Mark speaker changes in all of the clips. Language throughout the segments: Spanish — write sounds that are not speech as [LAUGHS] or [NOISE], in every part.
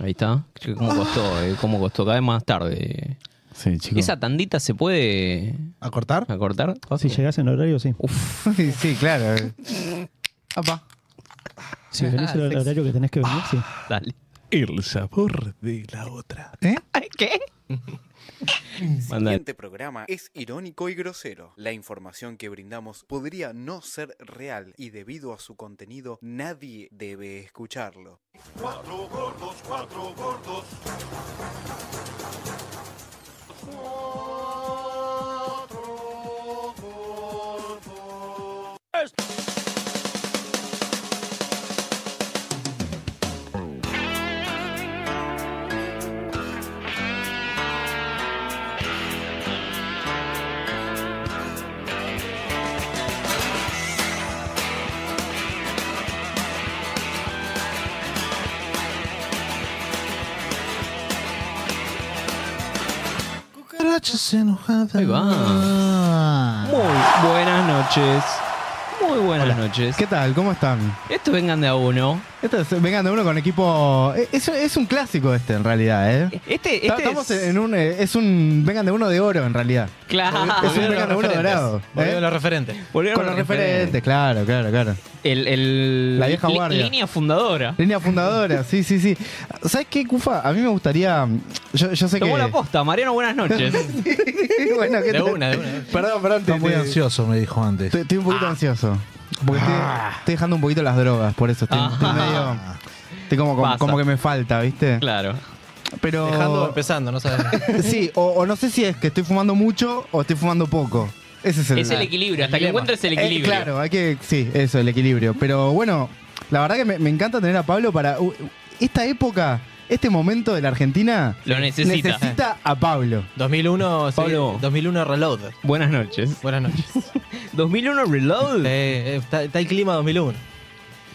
Speaker 1: Ahí está. Che, ¿Cómo
Speaker 2: Ah.
Speaker 1: costó? eh? ¿Cómo costó? Cada vez más tarde.
Speaker 3: Sí, chicos.
Speaker 1: ¿Esa tandita se puede
Speaker 4: ¿A cortar?
Speaker 1: acortar?
Speaker 5: Si llegas en horario, sí.
Speaker 4: [LAUGHS] sí, claro.
Speaker 1: Apa.
Speaker 5: Si venís en el horario que tenés que venir, sí.
Speaker 1: Ah, Dale.
Speaker 3: El sabor de la otra.
Speaker 4: ¿Eh?
Speaker 1: ¿Qué?
Speaker 6: El siguiente programa es irónico y grosero. La información que brindamos podría no ser real y debido a su contenido nadie debe escucharlo.
Speaker 4: Cucarachas enojadas.
Speaker 1: Ahí
Speaker 4: va.
Speaker 1: Muy buenas noches. Muy buenas noches.
Speaker 4: ¿Qué tal? ¿Cómo están?
Speaker 1: Esto vengan de a uno.
Speaker 4: Esto es, vengan de uno con equipo. eh, Es, es un clásico este, en realidad, ¿eh?
Speaker 1: Este, este
Speaker 4: Ta- Estamos
Speaker 1: es...
Speaker 4: en un. eh, Es un. Vengan de uno de oro, en realidad.
Speaker 1: Claro.
Speaker 4: es un
Speaker 1: Volvieron
Speaker 4: vengan de uno dorado.
Speaker 2: Volvió
Speaker 4: ¿eh?
Speaker 2: los referentes.
Speaker 1: Volvieron
Speaker 4: Con los referentes, claro, claro, claro.
Speaker 1: El, el-
Speaker 4: La vieja
Speaker 1: li-
Speaker 4: guardia.
Speaker 1: Línea fundadora.
Speaker 4: Línea fundadora, sí, sí, sí. ¿Sabes qué, Cufa? A mí me gustaría. Yo, yo sé
Speaker 1: Tomó
Speaker 4: que.
Speaker 1: la posta. Mariano, buenas
Speaker 4: [LAUGHS]
Speaker 1: noches.
Speaker 4: bueno, ¿qué
Speaker 2: De
Speaker 4: tal?
Speaker 2: una, de una.
Speaker 4: Perdón, perdón,
Speaker 2: Está
Speaker 4: te-
Speaker 2: muy
Speaker 4: te-
Speaker 2: ansioso, me dijo antes.
Speaker 4: Estoy, estoy un
Speaker 1: Ah.
Speaker 4: poquito ansioso. Porque estoy, estoy dejando un poquito las drogas, por eso estoy, estoy
Speaker 1: Ah.
Speaker 4: medio. Estoy como, como,
Speaker 1: Pasa.
Speaker 4: como que me falta, ¿viste?
Speaker 1: claro.
Speaker 4: Pero.
Speaker 2: Dejando o empezando, no
Speaker 4: [LAUGHS]
Speaker 2: sabes.
Speaker 4: Sí, o, o no sé si es que estoy fumando mucho o estoy fumando poco. Ese es el.
Speaker 1: Es el equilibrio. Hasta que
Speaker 2: dilema.
Speaker 1: encuentres el
Speaker 4: Eh,
Speaker 1: equilibrio.
Speaker 4: claro, hay que. Sí, eso, el equilibrio. Pero bueno, la verdad que me, me encanta tener a Pablo para. u- esta época, este momento de la Argentina.
Speaker 1: Lo necesita.
Speaker 4: Necesita a Pablo.
Speaker 2: 2001, sí,
Speaker 1: Pablo.
Speaker 2: 2001 Reload.
Speaker 1: Buenas noches. [LAUGHS]
Speaker 2: Buenas noches.
Speaker 1: 2001 Reload.
Speaker 2: Eh, eh, está, está el clima 2001.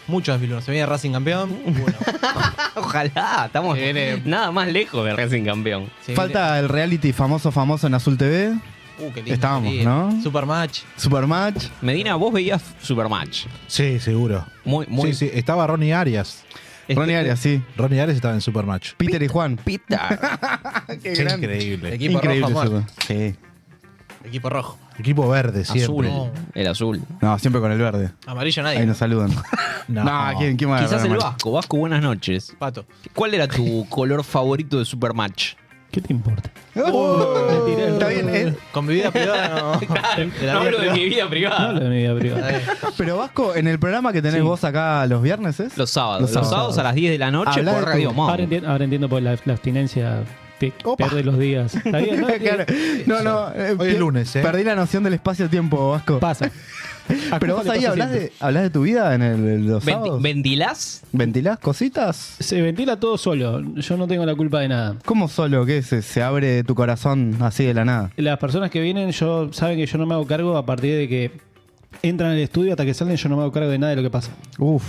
Speaker 2: Mucho 2001. Se viene Racing campeón.
Speaker 1: Uh,
Speaker 2: Bueno,
Speaker 1: [LAUGHS] Ojalá. Estamos
Speaker 2: Se viene-
Speaker 1: nada más lejos de Racing Campeón.
Speaker 2: se
Speaker 4: Falta el reality famoso, famoso en Azul TV.
Speaker 2: viene- Uh, qué lindo,
Speaker 4: estábamos,
Speaker 2: qué lindo.
Speaker 4: ¿no?
Speaker 2: Supermatch.
Speaker 4: Supermatch.
Speaker 1: Medina, vos veías Supermatch.
Speaker 7: Sí, seguro.
Speaker 1: Muy, muy.
Speaker 7: Sí, sí, estaba Ronnie Arias.
Speaker 1: Este-
Speaker 4: Ronnie Arias, sí.
Speaker 7: Ronnie Arias estaba en Supermatch.
Speaker 4: Peter y Juan.
Speaker 1: Pita.
Speaker 4: [LAUGHS] Qué
Speaker 7: Qué
Speaker 4: grande. [LAUGHS]
Speaker 7: increíble.
Speaker 2: Equipo rojo, amor.
Speaker 4: eso. Sí.
Speaker 2: Equipo rojo.
Speaker 7: Equipo verde, siempre.
Speaker 1: azul.
Speaker 2: No.
Speaker 1: El azul.
Speaker 4: No, siempre con el verde.
Speaker 2: Amarillo nadie.
Speaker 4: Ahí nos saludan.
Speaker 7: No.
Speaker 4: No, ¿quién, quién más?
Speaker 1: Quizás el
Speaker 4: Bueno,
Speaker 1: Vasco. Vasco, buenas noches.
Speaker 2: Pato.
Speaker 1: ¿Cuál era
Speaker 4: [LAUGHS]
Speaker 1: tu color favorito de Supermatch?
Speaker 5: ¿Qué te importa?
Speaker 4: Oh,
Speaker 5: Tiré el-
Speaker 4: está bien, eh,
Speaker 2: Con mi vida
Speaker 1: [LAUGHS]
Speaker 2: privada no. De la
Speaker 1: No
Speaker 2: vida
Speaker 1: hablo de
Speaker 2: privada.
Speaker 1: mi vida
Speaker 5: No
Speaker 1: privada.
Speaker 5: hablo de mi vida privada.
Speaker 4: pero Vasco, en el programa que tenés vos acá los viernes, ¿es?
Speaker 1: Los sábados. Los
Speaker 4: Los
Speaker 1: sábados,
Speaker 4: sábados.
Speaker 1: a las 10 de la noche
Speaker 4: Habla de
Speaker 1: por
Speaker 4: tu-
Speaker 1: Radio Monk.
Speaker 5: Ahora, entiendo, ahora entiendo por la, la abstinencia. Te
Speaker 4: Opa.
Speaker 5: pierde los días.
Speaker 4: [LAUGHS]
Speaker 5: Está bien, ¿no?
Speaker 4: Claro. No, no. eh,
Speaker 7: Hoy es
Speaker 4: pier-
Speaker 7: lunes, ¿eh?
Speaker 4: Perdí la noción del espacio-tiempo, Vasco. [LAUGHS]
Speaker 5: Pasa. A
Speaker 4: Pero
Speaker 5: Cufa
Speaker 4: vos
Speaker 5: le
Speaker 4: ahí
Speaker 5: pasa
Speaker 4: hablás
Speaker 5: siempre.
Speaker 4: de, hablás de tu vida en el, los
Speaker 1: Venti-
Speaker 4: sábados.
Speaker 1: ¿Vendilás?
Speaker 4: ¿Ventilás cositas?
Speaker 5: Se ventila todo solo. Yo no tengo la culpa de nada.
Speaker 4: ¿Cómo solo que se, se abre tu corazón así de la nada?
Speaker 5: Las personas que vienen yo saben que yo no me hago cargo a partir de que entran al estudio hasta que salen. Yo no me hago cargo de nada de lo que pasa.
Speaker 4: Uf,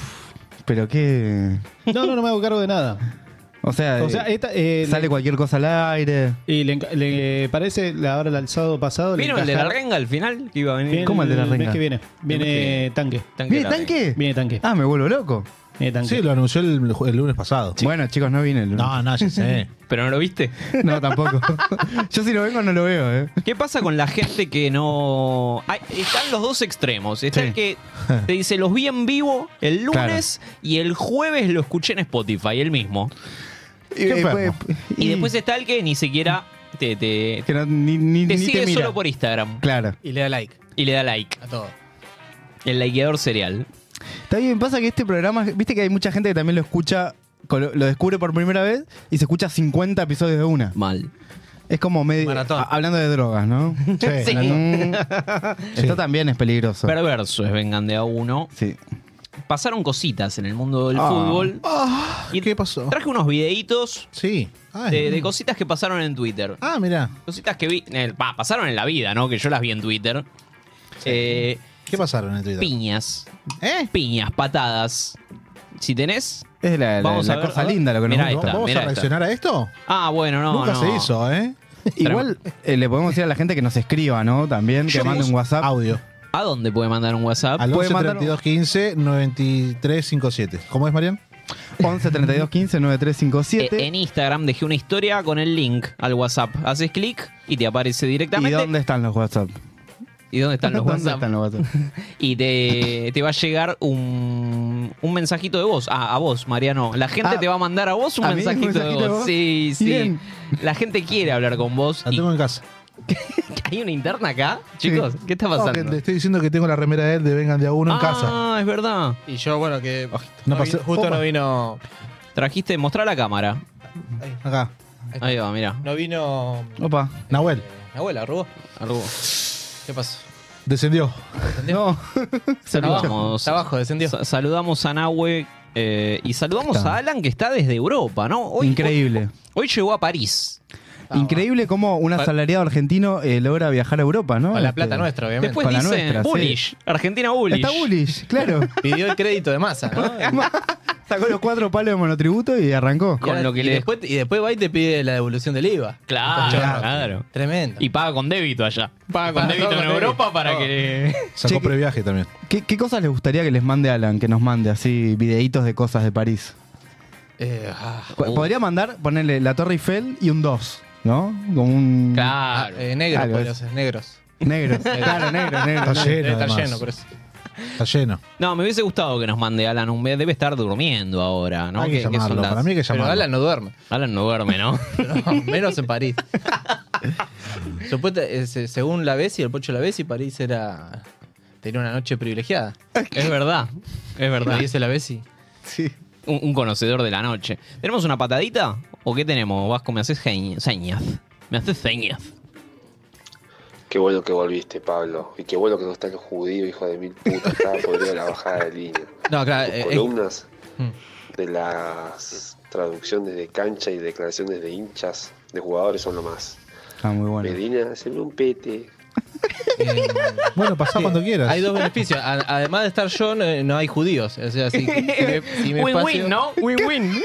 Speaker 4: pero qué...
Speaker 5: No, no, no me hago cargo de nada.
Speaker 4: [LAUGHS] O sea,
Speaker 5: O sea,
Speaker 4: eh,
Speaker 5: esta, eh,
Speaker 4: sale cualquier cosa al aire.
Speaker 5: y le, enca- le parece la- ahora el alzado pasado. le
Speaker 1: ¿Vieron el de la
Speaker 5: encaja-
Speaker 1: renga al final? Que iba a venir.
Speaker 5: Viene
Speaker 4: ¿Cómo el de la
Speaker 5: mes
Speaker 4: renga?
Speaker 5: que viene. Viene tanque.
Speaker 1: Tanque
Speaker 4: ¿Viene
Speaker 1: de la renga.
Speaker 4: tanque?
Speaker 5: Viene tanque.
Speaker 4: Ah, me vuelvo loco.
Speaker 5: Viene tanque.
Speaker 7: Sí, lo anunció el, el lunes pasado. Ah,
Speaker 4: Bueno, chicos, no vine el lunes.
Speaker 7: No, no,
Speaker 4: [LAUGHS]
Speaker 7: ya sé.
Speaker 1: Ah, ¿Pero no lo viste?
Speaker 4: No, tampoco. [LAUGHS] Yo si no vengo no lo veo, ¿eh?
Speaker 1: ¿Qué pasa con la gente que no. Ay, están los dos extremos. Está
Speaker 4: Sí.
Speaker 1: el que te dice los vi en vivo el lunes y el jueves lo escuché en Spotify, el mismo.
Speaker 4: Y, eh,
Speaker 7: enfermo.
Speaker 4: pues,
Speaker 1: Y, después está el que ni siquiera te, te,
Speaker 4: que no- ni, ni-
Speaker 1: te
Speaker 4: ni
Speaker 1: sigue
Speaker 4: mira.
Speaker 1: solo por Instagram
Speaker 4: Claro.
Speaker 2: Y le da like
Speaker 1: y le da like.
Speaker 2: a todo.
Speaker 1: El likeador serial.
Speaker 4: Está bien, pasa que este programa, viste que hay mucha gente que también lo escucha, colo- lo descubre por primera vez y se escucha 50 episodios de una.
Speaker 1: Mal.
Speaker 4: Es como medio...
Speaker 2: Maratón.
Speaker 4: a- Hablando de drogas, ¿no?
Speaker 7: Sí.
Speaker 1: [LAUGHS] Sí.
Speaker 4: Mm. Esto también es peligroso.
Speaker 1: Perverso es Vengan de a uno.
Speaker 4: Sí.
Speaker 1: Pasaron cositas en el mundo del
Speaker 4: Ah.
Speaker 1: fútbol. y
Speaker 7: ¿Qué pasó?
Speaker 1: Traje unos videitos
Speaker 7: Sí. Ay.
Speaker 1: de, de cositas que pasaron en Twitter.
Speaker 7: Ah, mirá.
Speaker 1: Cositas que vi. eh, pa, pasaron en la vida, ¿no? Que yo las vi en Twitter. Eh,
Speaker 7: ¿Qué pasaron en Twitter?
Speaker 1: piñas.
Speaker 7: ¿Eh?
Speaker 1: Piñas, patadas. Si tenés.
Speaker 4: Es la, la-
Speaker 1: Vamos
Speaker 4: la
Speaker 1: a ver,
Speaker 4: cosa
Speaker 1: a ver.
Speaker 4: linda lo que nos
Speaker 1: Mirá
Speaker 4: gusta.
Speaker 1: esta.
Speaker 7: ¿Vamos
Speaker 1: mirá
Speaker 7: a reaccionar a esto?
Speaker 1: Ah, bueno, no.
Speaker 7: Nunca
Speaker 1: no.
Speaker 7: se hizo, ¿eh?
Speaker 4: Igual eh, le podemos decir a la gente que nos escriba, ¿no? También, que mande un WhatsApp.
Speaker 7: Audio.
Speaker 1: ¿A dónde Ah, puede mandar un WhatsApp?
Speaker 7: Al
Speaker 4: Puede
Speaker 7: 11
Speaker 4: mandar-
Speaker 7: 32 15 93 57. ¿Cómo es, Marian?
Speaker 4: 11 32 15 9357.
Speaker 1: Eh, en Instagram dejé una historia con el link al WhatsApp. Haces clic y te aparece
Speaker 4: ¿Y
Speaker 1: directamente.
Speaker 4: dónde están los WhatsApp?
Speaker 1: ¿Y dónde
Speaker 4: [LAUGHS]
Speaker 1: están los
Speaker 4: ¿Dónde
Speaker 1: WhatsApp?
Speaker 4: están los WhatsApp?
Speaker 1: Y te, te va a llegar un, un mensajito de voz. Ah, a vos, Mariano. La gente
Speaker 4: Ah,
Speaker 1: te va a mandar a vos un
Speaker 4: ¿a mí un
Speaker 1: mensajito,
Speaker 4: mensajito
Speaker 1: de
Speaker 4: de
Speaker 1: voz.
Speaker 4: voz?
Speaker 1: Sí, sí.
Speaker 4: Bien.
Speaker 1: La gente quiere hablar con vos.
Speaker 7: La
Speaker 1: y-
Speaker 7: tengo en casa.
Speaker 1: [LAUGHS] ¿Hay una interna acá? Chicos,
Speaker 7: Sí.
Speaker 1: ¿qué está
Speaker 7: No,
Speaker 1: pasando?
Speaker 7: que le estoy diciendo que tengo la remera de él de Vengan de a uno en casa.
Speaker 1: Ah, es verdad.
Speaker 2: Y yo, bueno, que
Speaker 7: No
Speaker 2: no
Speaker 7: pasé-
Speaker 2: vino- justo
Speaker 7: Opa.
Speaker 2: no vino.
Speaker 1: Trajiste, mostrá la cámara.
Speaker 7: Acá.
Speaker 1: Ahí va, mira.
Speaker 2: No vino. eh,
Speaker 4: Opa.
Speaker 7: Nahuel,
Speaker 2: Mi abuela, Rubo.
Speaker 1: Algo.
Speaker 2: ¿Qué pasó?
Speaker 7: descendió.
Speaker 4: No.
Speaker 1: Saludamos.
Speaker 2: Está abajo, descendió.
Speaker 1: Sa- saludamos a Nahue eh, y saludamos
Speaker 4: Está.
Speaker 1: a Alan que está desde Europa, ¿no? Hoy,
Speaker 4: Increíble.
Speaker 1: Hoy, hoy llegó a París.
Speaker 4: Increíble cómo un asalariado argentino eh, logra viajar a Europa, ¿no?
Speaker 2: Con la
Speaker 4: Este,
Speaker 2: plata nuestra, obviamente.
Speaker 1: Después
Speaker 4: Con la
Speaker 1: dicen
Speaker 4: nuestra, sí.
Speaker 1: bullish. Argentina bullish.
Speaker 4: Está bullish,
Speaker 1: [LAUGHS]
Speaker 4: claro.
Speaker 2: Pidió el crédito de masa, ¿no?
Speaker 4: Sacó los cuatro palos de monotributo y arrancó.
Speaker 1: Con lo que
Speaker 2: y,
Speaker 1: le-
Speaker 2: después, y después va y te pide la devolución del IVA.
Speaker 1: Claro,
Speaker 2: Chorro.
Speaker 1: claro.
Speaker 2: Tremendo.
Speaker 1: Y paga con débito allá. Paga
Speaker 2: Paga
Speaker 1: con débito
Speaker 2: todo
Speaker 1: en
Speaker 2: con
Speaker 1: Europa
Speaker 2: débito.
Speaker 1: para
Speaker 2: Todo.
Speaker 1: que.
Speaker 7: Sacó
Speaker 4: Che, que-
Speaker 7: previaje también.
Speaker 4: ¿Qué, qué cosas les gustaría que les mande Alan? Que nos mande así videitos de cosas de París.
Speaker 2: Eh, ah,
Speaker 4: Po-
Speaker 1: Uh.
Speaker 4: Podría mandar, ponerle la Torre Eiffel y un 2, ¿no? Como un.
Speaker 1: Claro.
Speaker 2: eh, negros,
Speaker 4: Algo
Speaker 2: podría ser, negros. [LAUGHS]
Speaker 4: Negro. claro, negro, negro.
Speaker 7: Está
Speaker 4: negro.
Speaker 7: lleno.
Speaker 2: Debe estar
Speaker 7: además.
Speaker 2: lleno, por eso.
Speaker 7: Está lleno.
Speaker 1: No, me hubiese gustado que nos mande Alan un video. Debe estar durmiendo ahora, ¿no?
Speaker 7: hay que
Speaker 1: ¿Qué- qué
Speaker 7: llamarlo.
Speaker 1: son las-
Speaker 7: Para mí hay que
Speaker 2: Pero
Speaker 7: llamarlo.
Speaker 2: Alan no duerme.
Speaker 1: Alan no duerme, ¿no?
Speaker 2: No, [LAUGHS] menos en París. Supuesta, eh, se- según la Bessi, el Pocho la Bessi, París era. tenía una noche privilegiada.
Speaker 1: [LAUGHS] es verdad. Es
Speaker 2: Lo
Speaker 1: verdad.
Speaker 2: dice la Bessi.
Speaker 4: Sí.
Speaker 1: Un, un conocedor de la noche. ¿Tenemos una patadita? ¿O qué tenemos? Vasco, me haces geñ- señas. Me haces señas.
Speaker 8: Qué bueno que volviste, Pablo. Y qué bueno que no están los judíos, hijo de mil putas. Estaba podrida la bajada de línea.
Speaker 2: No, claro.
Speaker 8: Tus
Speaker 2: eh, eh,
Speaker 8: columnas
Speaker 2: Mm.
Speaker 8: de las traducciones de cancha y declaraciones de hinchas de jugadores son lo más.
Speaker 4: Ah, muy bueno.
Speaker 8: Medina, se un pete. [LAUGHS]
Speaker 2: eh,
Speaker 7: [LAUGHS] Bueno, pasá cuando quieras.
Speaker 2: hay dos beneficios. A- además de estar yo, no, no hay judíos. O sea, si, si me, si me
Speaker 1: [LAUGHS]
Speaker 2: paseo-
Speaker 1: Win-win, ¿no? Win-win.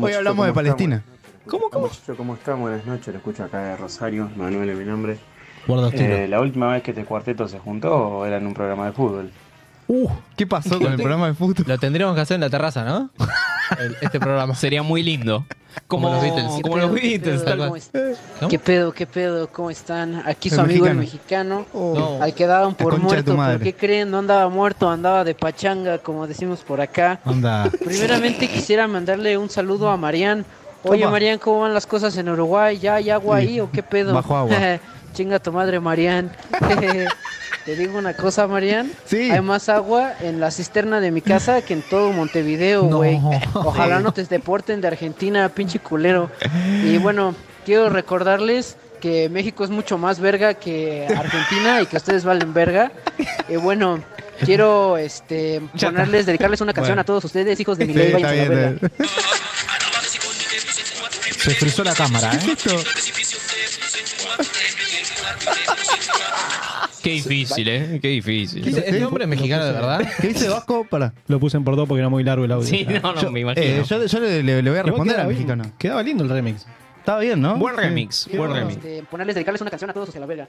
Speaker 4: Hoy hablamos de Palestina.
Speaker 9: ¿Cómo, cómo? ¿Cómo están? Buenas noches, lo escucho acá de Rosario, Manuel es mi nombre.
Speaker 7: Guarda los tiros.
Speaker 9: Eh, la última vez que este cuarteto se juntó era en un programa de fútbol.
Speaker 4: Uh, ¿qué pasó con el programa de fútbol?
Speaker 2: Lo tendríamos que hacer en la
Speaker 4: [LAUGHS]
Speaker 2: terraza, ¿no? El- este programa.
Speaker 1: Sería muy lindo. Como,
Speaker 2: Como los Beatles.
Speaker 1: Oh, Como los Beatles, tal cual.
Speaker 2: ¿Cómo?
Speaker 10: ¿Qué pedo, qué pedo? ¿Cómo están? Aquí su
Speaker 4: El Oh.
Speaker 10: amigo el mexicano,
Speaker 2: No.
Speaker 10: al que daban por
Speaker 4: concha de tu
Speaker 10: muerto,
Speaker 4: madre.
Speaker 10: pero ¿qué creen? No andaba muerto, andaba de pachanga, como decimos por acá.
Speaker 4: [LAUGHS]
Speaker 7: Anda.
Speaker 10: Primeramente quisiera mandarle un saludo a Marian. Oye,
Speaker 4: Toma.
Speaker 10: Marian, ¿cómo van las cosas en Uruguay? ¿Ya hay agua
Speaker 4: Sí.
Speaker 10: ahí o qué pedo?
Speaker 4: Bajo agua.
Speaker 10: [LAUGHS] Chinga tu madre, Marian. [LAUGHS] Te digo una cosa, Marian.
Speaker 4: Sí.
Speaker 10: Hay más agua en la cisterna de mi casa que en todo Montevideo,
Speaker 4: [LAUGHS]
Speaker 10: güey. Ojalá no te deporten de Argentina, pinche culero. Y bueno, quiero recordarles que México es mucho más verga que Argentina y que ustedes valen verga. Y bueno, quiero este
Speaker 1: Ya está.
Speaker 10: ponerles, dedicarles una canción
Speaker 4: Bueno.
Speaker 10: a todos ustedes, hijos de mi
Speaker 4: Sí,
Speaker 10: ley,
Speaker 4: está
Speaker 10: váyanse a la
Speaker 4: bien.
Speaker 10: verga.
Speaker 4: eh.
Speaker 7: Se frizó la cámara,
Speaker 4: ¿Qué
Speaker 7: ¿eh?
Speaker 9: [LAUGHS]
Speaker 4: es esto?
Speaker 1: Qué difícil, ¿eh? Qué difícil.
Speaker 2: ¿Este este hombre es mexicano de verdad?
Speaker 4: [LAUGHS] ¿Qué dice Vasco? Para.
Speaker 5: Lo puse en por dos porque era muy largo el audio.
Speaker 1: Sí, no, no, me imagino.
Speaker 4: Eh, yo yo le, le- le voy a
Speaker 5: Igual
Speaker 4: responder
Speaker 5: quedaba
Speaker 4: al
Speaker 5: bien,
Speaker 4: mexicano.
Speaker 5: Quedaba lindo el remix.
Speaker 4: Está bien, ¿no?
Speaker 1: Buen
Speaker 4: Sí.
Speaker 1: remix, buen
Speaker 10: Quiero
Speaker 1: remix.
Speaker 10: este, ponerles, dedicarles una canción a todos hijos de la verga.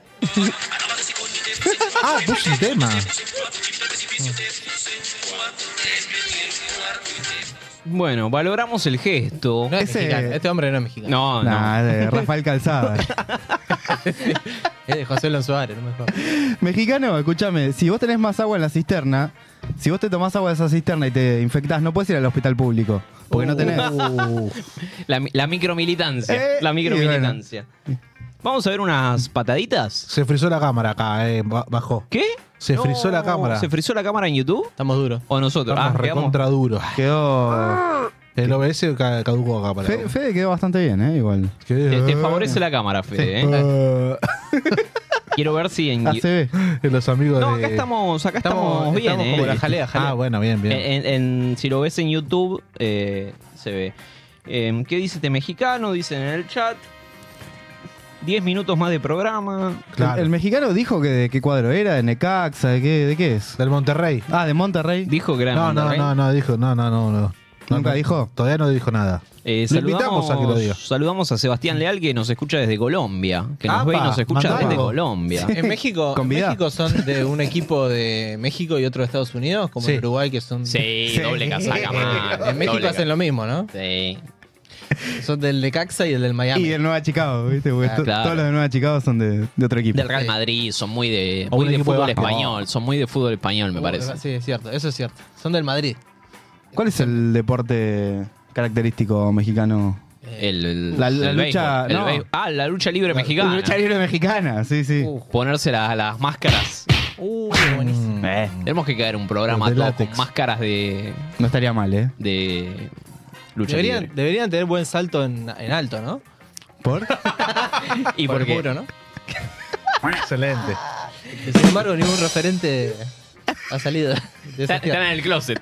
Speaker 7: Ah, puso un tema.
Speaker 1: Bueno, valoramos el gesto.
Speaker 2: No es
Speaker 4: Ese-
Speaker 2: mexicano. Este hombre no es
Speaker 1: No,
Speaker 2: mexicano.
Speaker 1: no.
Speaker 4: Nah,
Speaker 7: [LAUGHS]
Speaker 4: de Rafael Calzada.
Speaker 2: Es de José Lon Suárez, no me jodas.
Speaker 4: Mexicano, escúchame, si vos tenés más agua en la cisterna, si vos te tomás agua de esa cisterna y te infectás, no puedes ir al hospital público. Porque no tenés.
Speaker 1: [LAUGHS] Uh, La, mi- la micromilitancia.
Speaker 4: Eh,
Speaker 1: la
Speaker 4: y
Speaker 1: micromilitancia. Vamos a ver unas pataditas.
Speaker 7: Se frizó la cámara acá, eh. ba- Bajó.
Speaker 1: ¿Qué?
Speaker 7: Se
Speaker 1: No,
Speaker 7: frizó la cámara.
Speaker 1: ¿Se frizó la cámara en YouTube?
Speaker 2: Estamos duros.
Speaker 1: ¿O nosotros?
Speaker 7: Estamos
Speaker 1: ah, quedamos-
Speaker 7: recontra duro.
Speaker 4: Quedó.
Speaker 7: El OBS ca- caducó acá para.
Speaker 4: Fe- Fede quedó bastante bien, ¿eh? Igual.
Speaker 7: Que-
Speaker 1: Te,
Speaker 2: Ah.
Speaker 1: te favorece la cámara, Fede. ¿eh?
Speaker 7: Eh,
Speaker 2: Ah.
Speaker 1: [LAUGHS] Quiero ver si
Speaker 2: [LAUGHS]
Speaker 1: en.
Speaker 4: ACB.
Speaker 7: eh, [LAUGHS] los amigos
Speaker 1: No,
Speaker 7: de.
Speaker 1: acá estamos, acá estamos,
Speaker 2: Estamos,
Speaker 1: bien.
Speaker 2: estamos
Speaker 1: ¿eh?
Speaker 2: como la jalea, jalea.
Speaker 7: Ah, bueno, bien, bien.
Speaker 1: En- en- en- si lo ves en YouTube, eh, se ve. Eh, ¿Qué dice este mexicano? Dicen en el chat. 10 minutos más de programa.
Speaker 7: claro.
Speaker 4: El, el mexicano dijo que de qué cuadro era, de Necaxa, de qué, de qué es.
Speaker 7: Del Monterrey.
Speaker 4: Ah, de Monterrey.
Speaker 1: Dijo que era de
Speaker 7: No, no,
Speaker 1: Monterrey.
Speaker 7: no, no, dijo, no, no, no, no.
Speaker 4: ¿Nunca dijo?
Speaker 7: Todavía no dijo nada.
Speaker 1: Eh,
Speaker 7: Lo invitamos a que lo diga.
Speaker 1: Saludamos a Sebastián Leal que nos escucha desde Colombia. Que nos
Speaker 2: Apa,
Speaker 1: ve y nos escucha
Speaker 2: mandalo.
Speaker 1: desde Colombia.
Speaker 2: En México, en
Speaker 1: Convidá.
Speaker 2: México son de un equipo de México y otro de Estados Unidos, como
Speaker 1: Sí.
Speaker 2: en Uruguay que son.
Speaker 1: Sí, doble casaca, man.
Speaker 2: En México
Speaker 1: Doble
Speaker 2: hacen lo mismo, ¿no?
Speaker 1: Sí.
Speaker 2: Son del de Caxa y el del Miami.
Speaker 4: Y del Nueva Chicago, ¿viste? Porque
Speaker 1: Ah,
Speaker 4: to-
Speaker 1: claro.
Speaker 4: todos los de Nueva Chicago son de, de otro equipo.
Speaker 1: Del Real Madrid, son muy de,
Speaker 2: O
Speaker 1: muy
Speaker 2: un
Speaker 1: de
Speaker 2: equipo de
Speaker 1: fútbol
Speaker 2: básquet.
Speaker 1: español. Son muy de fútbol español, me parece.
Speaker 2: Sí, es cierto, eso es cierto. Son del Madrid.
Speaker 4: ¿Cuál es el deporte característico mexicano?
Speaker 1: El, el-
Speaker 4: La- la
Speaker 1: el
Speaker 4: lucha-
Speaker 1: béisbol, el
Speaker 4: no.
Speaker 1: béisbol. Ah, la lucha libre mexicana.
Speaker 4: Lucha libre mexicana, sí, sí.
Speaker 1: Ponerse la- las máscaras.
Speaker 2: Uh,
Speaker 1: Mm.
Speaker 4: Eh,
Speaker 1: Tenemos que caer un programa
Speaker 4: Los de
Speaker 1: todo
Speaker 4: látex.
Speaker 1: con máscaras de,
Speaker 4: no estaría mal, ¿eh?
Speaker 1: de lucha
Speaker 2: Deberían,
Speaker 1: libre.
Speaker 2: deberían tener buen salto en, en alto, ¿no?
Speaker 4: ¿Por?
Speaker 1: [LAUGHS] ¿Y por
Speaker 2: el
Speaker 1: qué?
Speaker 2: muro, ¿no?
Speaker 7: Excelente.
Speaker 2: Y Sin embargo, ningún referente ha salido de esa
Speaker 1: Están, están en el
Speaker 2: [LAUGHS]
Speaker 1: closet.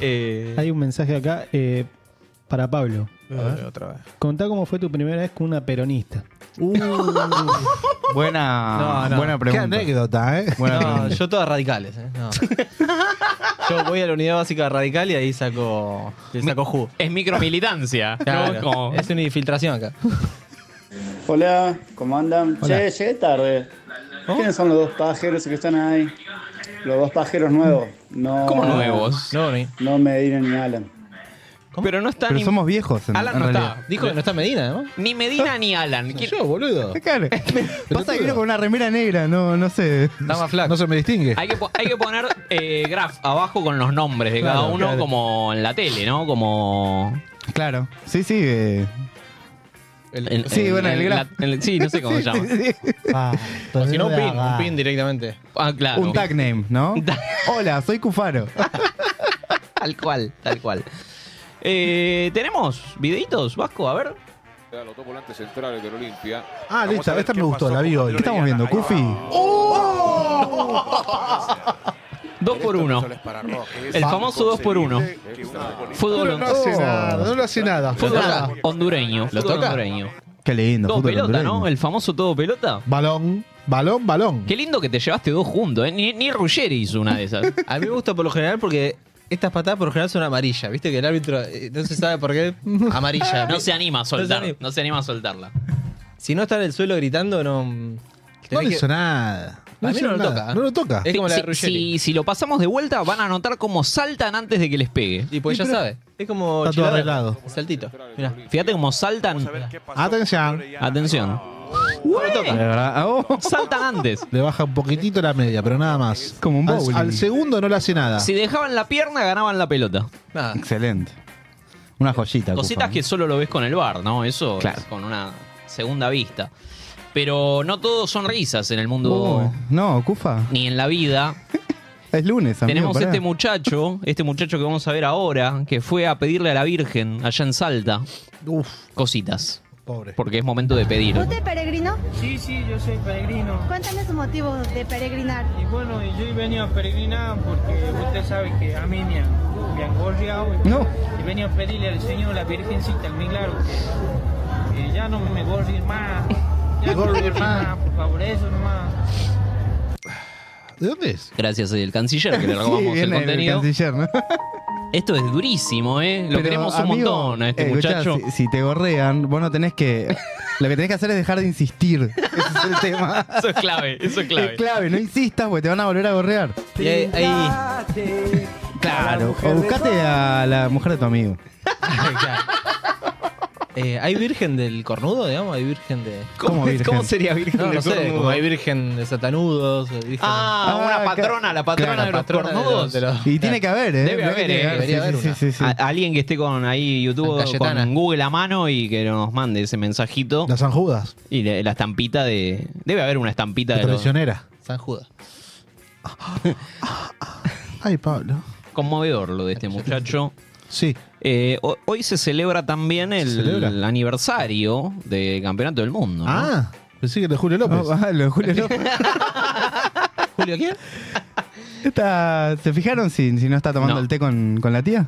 Speaker 1: Eh,
Speaker 5: Hay un mensaje acá eh, para Pablo.
Speaker 2: otra vez.
Speaker 5: Contá cómo fue tu primera vez con una peronista.
Speaker 4: Uh. Buena,
Speaker 2: No, no.
Speaker 4: buena pregunta.
Speaker 7: Qué anécdota, ¿eh?
Speaker 4: Buena
Speaker 2: No,
Speaker 4: pregunta.
Speaker 2: yo todas radicales, ¿eh?
Speaker 7: [LAUGHS]
Speaker 2: No. Yo voy a la unidad básica radical y ahí saco, le saco jugo.
Speaker 1: es micromilitancia. ¿no?
Speaker 2: Claro,
Speaker 1: Como-
Speaker 2: Es una infiltración acá.
Speaker 11: Hola, ¿cómo andan?
Speaker 2: Hola.
Speaker 11: Che, llegué tarde.
Speaker 1: ¿Oh?
Speaker 11: ¿Quiénes son los dos pajeros que están ahí? Los dos pajeros nuevos. No,
Speaker 1: ¿Cómo nuevos?
Speaker 2: No, ni-
Speaker 11: No Medina ni Alan.
Speaker 1: Pero no están.
Speaker 4: Pero
Speaker 1: ni- Eh,
Speaker 4: somos viejos. En,
Speaker 1: Alan
Speaker 4: en
Speaker 1: no está.
Speaker 4: realidad.
Speaker 2: Dijo que no está Medina, ¿no?
Speaker 1: Ni Medina ni Alan. ¿Quién-
Speaker 2: Yo, boludo.
Speaker 4: Claro. Pasa que vino con una remera negra, no, no sé.
Speaker 2: Está más flaco.
Speaker 7: No se me distingue.
Speaker 1: Hay que, po- hay que poner eh, graf abajo con los nombres de cada
Speaker 7: Claro,
Speaker 1: uno,
Speaker 7: claro.
Speaker 1: como en la tele, ¿no? Como.
Speaker 4: Claro. Sí, sí. eh,
Speaker 1: en-
Speaker 4: Sí,
Speaker 1: en-
Speaker 4: bueno, el
Speaker 1: en
Speaker 4: graf.
Speaker 1: la- en- sí, no
Speaker 4: [LAUGHS]
Speaker 1: sé cómo se llama.
Speaker 7: Ah,
Speaker 2: O si no, un pin, un pin directamente.
Speaker 1: Ah, claro.
Speaker 4: Un tag name, ¿no? Hola, soy Cufaro.
Speaker 1: Tal cual, tal cual. Eh, ¿Tenemos videitos, Vasco? A ver.
Speaker 12: Los dos volantes centrales del Olimpia.
Speaker 7: Ah, lista, esta me gustó, la vi hoy.
Speaker 4: ¿Qué estamos viendo, Cufi?
Speaker 1: Dos por uno. El famoso dos por uno. Fútbol,
Speaker 7: No hace
Speaker 4: Oh.
Speaker 7: nada, no lo hace nada.
Speaker 1: fútbol
Speaker 7: Nada.
Speaker 1: hondureño.
Speaker 2: ¿Lo
Speaker 1: fútbol
Speaker 2: toca?
Speaker 1: hondureño.
Speaker 4: Qué lindo.
Speaker 1: Todo
Speaker 4: fútbol
Speaker 1: pelota,
Speaker 4: hondureño.
Speaker 1: ¿no? El famoso todo pelota.
Speaker 7: Balón, balón, balón.
Speaker 1: Qué lindo que te llevaste dos juntos, ¿eh? Ni, ni Ruggeri hizo una de esas.
Speaker 2: [LAUGHS] A mí me gusta por lo general porque estas patadas Ah, por lo general son amarillas. Viste que el árbitro eh, no se sabe
Speaker 7: [LAUGHS]
Speaker 2: por qué. [LAUGHS] Amarilla.
Speaker 1: No se anima a
Speaker 2: No se
Speaker 1: soltar.
Speaker 2: anima.
Speaker 1: No se anima a soltarla.
Speaker 2: Si no está en el suelo gritando, no. mm, tenés
Speaker 7: No le
Speaker 2: que-
Speaker 7: hizo nada.
Speaker 2: Para mí no
Speaker 7: hizo
Speaker 2: lo
Speaker 7: nada.
Speaker 2: toca. ¿eh?
Speaker 7: No lo toca.
Speaker 2: Es como la
Speaker 1: si,
Speaker 2: de Ruggeri.
Speaker 1: si- si lo pasamos de vuelta, van a notar cómo saltan antes de que les pegue.
Speaker 2: Y pues ya sabe. Es
Speaker 7: Está
Speaker 2: como.
Speaker 7: todo
Speaker 2: chiladora.
Speaker 7: arreglado.
Speaker 2: Saltito. Mirá.
Speaker 1: Fíjate cómo saltan.
Speaker 7: Atención.
Speaker 1: Atención.
Speaker 4: De verdad. oh,
Speaker 1: Saltan antes.
Speaker 7: Ah, Le baja un poquitito la media, pero nada más.
Speaker 4: como un
Speaker 7: Al,
Speaker 4: bowling.
Speaker 7: al segundo no le hace nada.
Speaker 1: Si dejaban la pierna, ganaban la pelota.
Speaker 7: Ah.
Speaker 2: Nada.
Speaker 4: Ah. Excelente. Una joyita.
Speaker 1: Cositas
Speaker 4: Cufa.
Speaker 1: que solo lo ves con el bar, ¿no? Eso es
Speaker 4: Claro.
Speaker 1: con una segunda vista. Pero no todos son risas en el mundo,
Speaker 4: Oh, no, Cufa.
Speaker 1: ni en la vida.
Speaker 4: Es lunes, amigo.
Speaker 1: Tenemos
Speaker 4: pará.
Speaker 1: este muchacho, este muchacho que vamos a ver ahora, que fue a pedirle a la Virgen allá en Salta
Speaker 7: Uf,
Speaker 1: cositas,
Speaker 7: pobre.
Speaker 1: porque es momento de pedir.
Speaker 13: ¿Usted peregrino?
Speaker 14: Sí, sí, yo soy peregrino.
Speaker 13: Cuéntame su motivo de peregrinar.
Speaker 14: Y bueno, y yo he venido a peregrinar porque usted sabe que a mí me han, me han gorreado. Y,
Speaker 4: No.
Speaker 14: y he venido a pedirle al Señor, la Virgencita, el milagro, que, que ya no me gorreen más. Ya no me gorreen más, por favor, eso nomás.
Speaker 7: ¿De dónde es?
Speaker 1: Gracias al canciller
Speaker 4: [LAUGHS]
Speaker 1: que le
Speaker 4: Sí,
Speaker 1: robamos el
Speaker 4: viene
Speaker 1: contenido.
Speaker 4: canciller, ¿no?
Speaker 1: Esto es durísimo, ¿eh? Lo
Speaker 4: Pero,
Speaker 1: queremos un
Speaker 4: amigo,
Speaker 1: montón a este
Speaker 4: eh, escuchá,
Speaker 1: muchacho.
Speaker 4: Si, si te gorrean, vos no tenés que.
Speaker 1: [LAUGHS]
Speaker 4: lo que tenés que hacer es dejar de insistir. Ese es el tema.
Speaker 1: Eso es clave, eso es clave.
Speaker 4: Es clave, no insistas porque te van a volver a gorrear.
Speaker 2: Y ahí, ahí-
Speaker 4: Claro. O buscate a la mujer de
Speaker 1: [LAUGHS]
Speaker 4: tu amigo.
Speaker 2: Claro. Eh, ¿Hay virgen del cornudo, digamos? ¿Hay virgen de.?
Speaker 4: ¿Cómo, virgen?
Speaker 1: sería virgen
Speaker 2: No,
Speaker 1: del
Speaker 2: no sé,
Speaker 1: cornudo?
Speaker 2: como hay virgen de satanudos. virgen-
Speaker 1: Ah,
Speaker 4: Ah,
Speaker 1: una
Speaker 4: ca-
Speaker 1: patrona, la patrona
Speaker 2: claro,
Speaker 1: de los
Speaker 2: patrona de los-
Speaker 1: cornudos.
Speaker 2: de los-
Speaker 4: Y tiene que haber, ¿eh?
Speaker 1: Debe
Speaker 4: Creo que
Speaker 1: haber,
Speaker 4: tiene
Speaker 1: eh,
Speaker 4: que haber.
Speaker 2: debería
Speaker 4: Sí,
Speaker 2: haber
Speaker 4: sí,
Speaker 2: una.
Speaker 4: sí, sí.
Speaker 1: A- alguien que esté con ahí YouTube,
Speaker 2: San Cayetana.
Speaker 1: con Google a mano y que nos mande ese mensajito.
Speaker 7: La San Judas,
Speaker 1: Y le- la estampita de. Debe haber una estampita
Speaker 7: la
Speaker 1: de. los-
Speaker 7: traicionera.
Speaker 2: San Judas.
Speaker 7: [LAUGHS] Ay, Pablo.
Speaker 1: Conmovedor lo de este muchacho.
Speaker 7: Sí.
Speaker 1: Eh, ho- hoy se celebra también el,
Speaker 7: ¿Se celebra?
Speaker 1: el aniversario del Campeonato del Mundo. ¿no?
Speaker 7: Ah, pensé que el de Julio López.
Speaker 4: Ah, ah, lo de Julio López.
Speaker 2: ¿Julio quién?
Speaker 4: [LAUGHS] Está- ¿Se fijaron si, si no está tomando
Speaker 1: No.
Speaker 4: el té con, con la tía?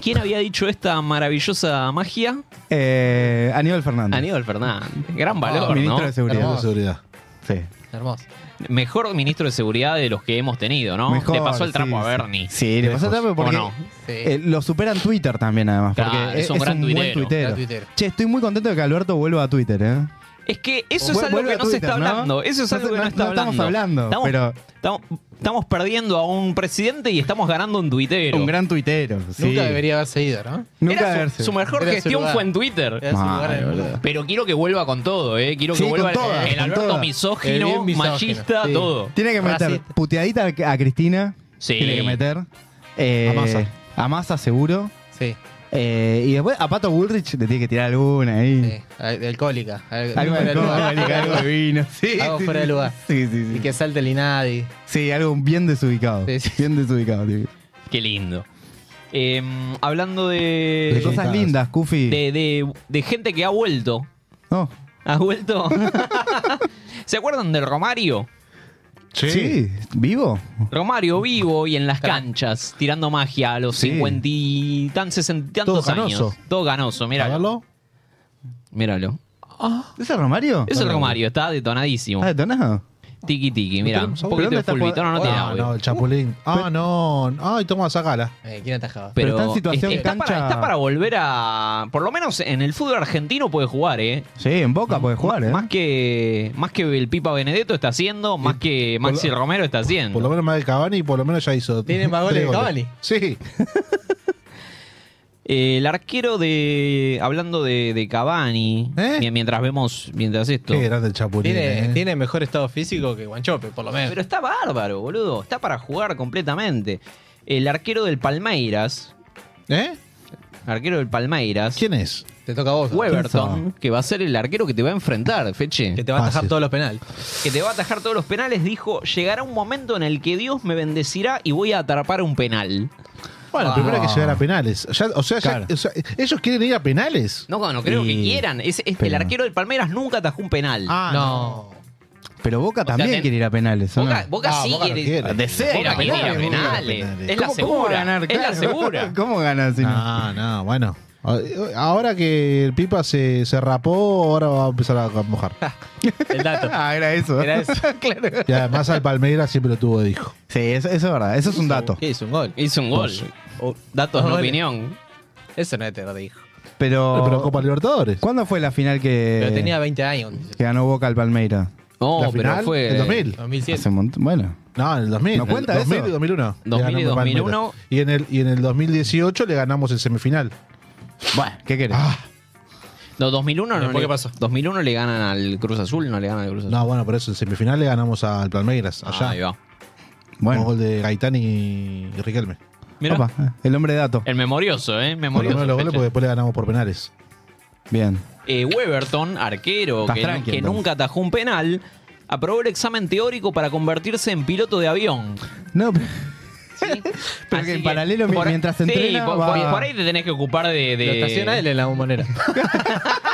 Speaker 1: ¿Quién había dicho esta maravillosa magia?
Speaker 4: Eh, Aníbal Fernández. Ah,
Speaker 1: Aníbal Fernández. Gran valor,
Speaker 4: Ministro
Speaker 1: ¿no?
Speaker 4: de
Speaker 7: Hermoso
Speaker 4: Seguridad.
Speaker 7: de seguridad.
Speaker 4: Sí.
Speaker 2: Hermoso.
Speaker 1: Mejor ministro de seguridad de los que hemos tenido, ¿no?
Speaker 4: Mejor,
Speaker 1: le pasó el trapo
Speaker 4: sí,
Speaker 1: a
Speaker 4: sí.
Speaker 1: Bernie.
Speaker 4: Sí, le pasó el trapo
Speaker 1: ¿O
Speaker 4: porque
Speaker 1: no?
Speaker 4: eh, lo superan Twitter también, además. Porque
Speaker 1: Claro,
Speaker 4: es, es un gran tuitero,
Speaker 1: gran tuitero.
Speaker 4: Che, estoy muy contento de que Alberto vuelva a Twitter, ¿eh?
Speaker 1: Es que eso es
Speaker 4: Vuelve
Speaker 1: algo
Speaker 4: a
Speaker 1: que no se
Speaker 4: Twitter,
Speaker 1: está
Speaker 4: ¿no?
Speaker 1: hablando. Eso es
Speaker 4: No
Speaker 1: algo
Speaker 4: se-
Speaker 1: que no
Speaker 4: no-
Speaker 1: está
Speaker 4: no estamos
Speaker 1: hablando.
Speaker 4: hablando, pero-
Speaker 1: estamos, estamos perdiendo a un presidente y estamos ganando un tuitero.
Speaker 4: Un gran tuitero. sí.
Speaker 2: Nunca debería haberse ido, ¿no?
Speaker 4: Nunca
Speaker 1: Era su-
Speaker 4: haberse-
Speaker 1: su, mejor
Speaker 2: Era su
Speaker 1: gestión
Speaker 2: lugar.
Speaker 1: fue en Twitter.
Speaker 2: Era su Mal, lugar en- boludo.
Speaker 1: Pero quiero que vuelva con todo, ¿eh? Quiero que
Speaker 4: Sí,
Speaker 1: vuelva el,
Speaker 4: con todas,
Speaker 1: el
Speaker 4: con
Speaker 1: Alberto
Speaker 4: todas.
Speaker 2: El
Speaker 1: misógino,
Speaker 2: bien misógino,
Speaker 1: machista,
Speaker 2: sí.
Speaker 1: todo.
Speaker 4: Tiene que meter
Speaker 1: Racista.
Speaker 4: puteadita a, a Cristina.
Speaker 1: Sí.
Speaker 4: Tiene que meter. Eh,
Speaker 2: A Massa.
Speaker 4: A Massa, seguro.
Speaker 2: Sí.
Speaker 4: Eh, y después a Pato Bullrich le tiene que tirar alguna ahí.
Speaker 2: Al- de Alcohólica. Al-
Speaker 4: Algo
Speaker 2: fuera
Speaker 4: de
Speaker 2: de lugar.
Speaker 4: alcohólica, algo de vino. Sí,
Speaker 2: Algo
Speaker 4: sí,
Speaker 2: fuera de
Speaker 4: sí.
Speaker 2: lugar.
Speaker 4: Sí, sí, sí.
Speaker 2: Y que salte el Inadi.
Speaker 4: Sí, algo bien desubicado. Bien desubicado, tío.
Speaker 1: Qué lindo. Eh, hablando de.
Speaker 4: De cosas lindas, Oh. Kufi.
Speaker 1: De, de- de gente que ha vuelto.
Speaker 4: No.
Speaker 1: ¿Has vuelto? [LAUGHS] ¿Se acuerdan del Romario?
Speaker 4: Sí. ¿Vivo?
Speaker 1: Romario vivo y en las canchas, tirando magia a los
Speaker 4: Sí.
Speaker 1: cincuenta y tan sesenta y tantos
Speaker 4: Todo ganoso.
Speaker 1: años. Todo ganoso, míralo. Míralo.
Speaker 4: ¿Es el Romario?
Speaker 1: Es el Romario, está detonadísimo.
Speaker 4: ¿Está detonado?
Speaker 1: Tiki tiki, mira. Un
Speaker 7: ¿Pero
Speaker 1: poquito
Speaker 7: dónde
Speaker 1: de
Speaker 7: está
Speaker 1: fulbito,
Speaker 7: Pol-
Speaker 1: no, no tiene
Speaker 7: Ah,
Speaker 1: audio.
Speaker 7: no, el Chapulín. Ah, no. Ay, toma, sacala.
Speaker 2: Eh, ¿Quién atajaba?
Speaker 1: Pero,
Speaker 7: está en situación
Speaker 1: este, está,
Speaker 7: cancha-
Speaker 1: para, está para volver a. Por lo menos en el fútbol argentino puede jugar, ¿eh?
Speaker 4: Sí, en Boca puede jugar, ¿eh?
Speaker 1: Más que, más que el Pipa Benedetto está haciendo, más que Maxi
Speaker 7: lo-
Speaker 1: Romero está haciendo.
Speaker 7: Por lo menos más de Cavani y por lo menos ya hizo.
Speaker 1: Tiene más goles
Speaker 7: tres
Speaker 1: que Cavani.
Speaker 7: Sí.
Speaker 1: Eh, el arquero de. Hablando de, de Cavani. mien- Mientras vemos. Mientras esto.
Speaker 7: ¿Eh? Qué grande el Chapulín.
Speaker 2: Tiene,
Speaker 7: eh.
Speaker 2: tiene mejor estado físico que Guanchope, por lo menos.
Speaker 1: Pero está bárbaro, boludo. Está para jugar completamente. El arquero del Palmeiras.
Speaker 7: ¿Eh?
Speaker 1: Arquero del Palmeiras.
Speaker 7: ¿Quién es?
Speaker 2: Te toca a vos.
Speaker 1: Weberton, que va a ser el arquero que te va a enfrentar, Feche.
Speaker 2: Que te va a atajar todos los penales.
Speaker 1: Que te va a atajar todos los penales, dijo, llegará un momento en el que Dios me bendecirá y voy a atrapar un penal.
Speaker 7: Bueno,
Speaker 1: Ah.
Speaker 7: primero hay que llegar a penales. Ya- o, sea, ya-
Speaker 1: Claro.
Speaker 7: o sea, ellos quieren ir a penales.
Speaker 1: No, no creo que
Speaker 7: Y-
Speaker 1: quieran. Es, es- el
Speaker 7: pero-
Speaker 1: arquero del Palmeiras nunca atajó un penal.
Speaker 7: Ah,
Speaker 2: no.
Speaker 4: Pero Boca también
Speaker 1: ten-
Speaker 4: quiere ir a penales. ¿o
Speaker 1: Boca,
Speaker 4: no?
Speaker 1: Boca sí
Speaker 4: Boca
Speaker 1: quiere,
Speaker 4: no Desea ir
Speaker 1: Boca
Speaker 4: a
Speaker 1: quiere ir a
Speaker 4: penales.
Speaker 1: penales. Es la
Speaker 4: ¿Cómo- ¿Cómo va a
Speaker 1: segura.
Speaker 4: ganar?
Speaker 1: es la [LAUGHS]
Speaker 4: Claro.
Speaker 1: segura.
Speaker 4: ¿Cómo gana si no?
Speaker 7: No, no, bueno. Ahora que el Pipa se, se rapó, ahora va a empezar a mojar.
Speaker 2: El dato.
Speaker 4: [LAUGHS] ah, era eso.
Speaker 2: Era eso.
Speaker 4: [LAUGHS] claro.
Speaker 7: Y además al Palmeiras siempre lo tuvo de hijo.
Speaker 4: Sí, eso, eso es verdad. Eso es un dato.
Speaker 2: ¿Qué hizo? ¿Un gol?
Speaker 1: Hizo un gol. O- datos,
Speaker 2: Dos
Speaker 1: no
Speaker 2: goles.
Speaker 1: opinión.
Speaker 2: Eso no es te lo dijo.
Speaker 4: Eh, Pero,
Speaker 7: Eh, Pero Copa Libertadores.
Speaker 4: ¿Cuándo fue la final que,
Speaker 2: Pero tenía 20 años.
Speaker 4: que ganó Boca al Palmeira?
Speaker 1: No,
Speaker 7: La
Speaker 1: pero
Speaker 7: final,
Speaker 1: fue.
Speaker 7: el 2000.
Speaker 2: 2007.
Speaker 4: Hace un montón- Bueno.
Speaker 7: No, en el 2000.
Speaker 4: ¿No cuenta
Speaker 7: el 2000
Speaker 4: eso?
Speaker 7: y 2001.
Speaker 1: 2000 y
Speaker 7: Le ganamos al Palmeiras.
Speaker 1: 2001.
Speaker 7: Y en, el, y en el 2018 le ganamos el semifinal.
Speaker 4: Bueno, ¿qué querés?
Speaker 1: No, 2001 no.
Speaker 2: Después,
Speaker 1: le-
Speaker 2: ¿qué pasó?
Speaker 1: 2001 le ganan al Cruz Azul, no le ganan al Cruz Azul.
Speaker 7: No, bueno, por eso en semifinal le ganamos al Palmeiras.
Speaker 1: Ah,
Speaker 7: Allá.
Speaker 1: ahí va.
Speaker 7: Con
Speaker 4: bueno,
Speaker 7: gol de Gaitán y, y Riquelme.
Speaker 1: Mira,
Speaker 4: opa, eh, el hombre de dato.
Speaker 1: el memorioso, ¿eh?
Speaker 7: Por lo
Speaker 1: Memorioso.
Speaker 7: menos los goles,
Speaker 1: Fecha.
Speaker 7: porque después le ganamos por penales.
Speaker 4: Bien.
Speaker 1: Eh, Weberton, arquero
Speaker 4: Estás
Speaker 1: que,
Speaker 4: tranqui,
Speaker 1: que
Speaker 4: entonces.
Speaker 1: nunca atajó un penal, aprobó el examen teórico para convertirse en piloto de avión.
Speaker 4: No, pero- [LAUGHS] pero
Speaker 1: Así
Speaker 4: que en
Speaker 1: que
Speaker 4: paralelo
Speaker 1: por-
Speaker 4: mientras
Speaker 1: sí,
Speaker 4: entrena
Speaker 1: por,
Speaker 4: va-
Speaker 1: por- por ahí te tenés que ocupar de, de-
Speaker 2: Lo estaciona él en la bombonera.
Speaker 4: Ah,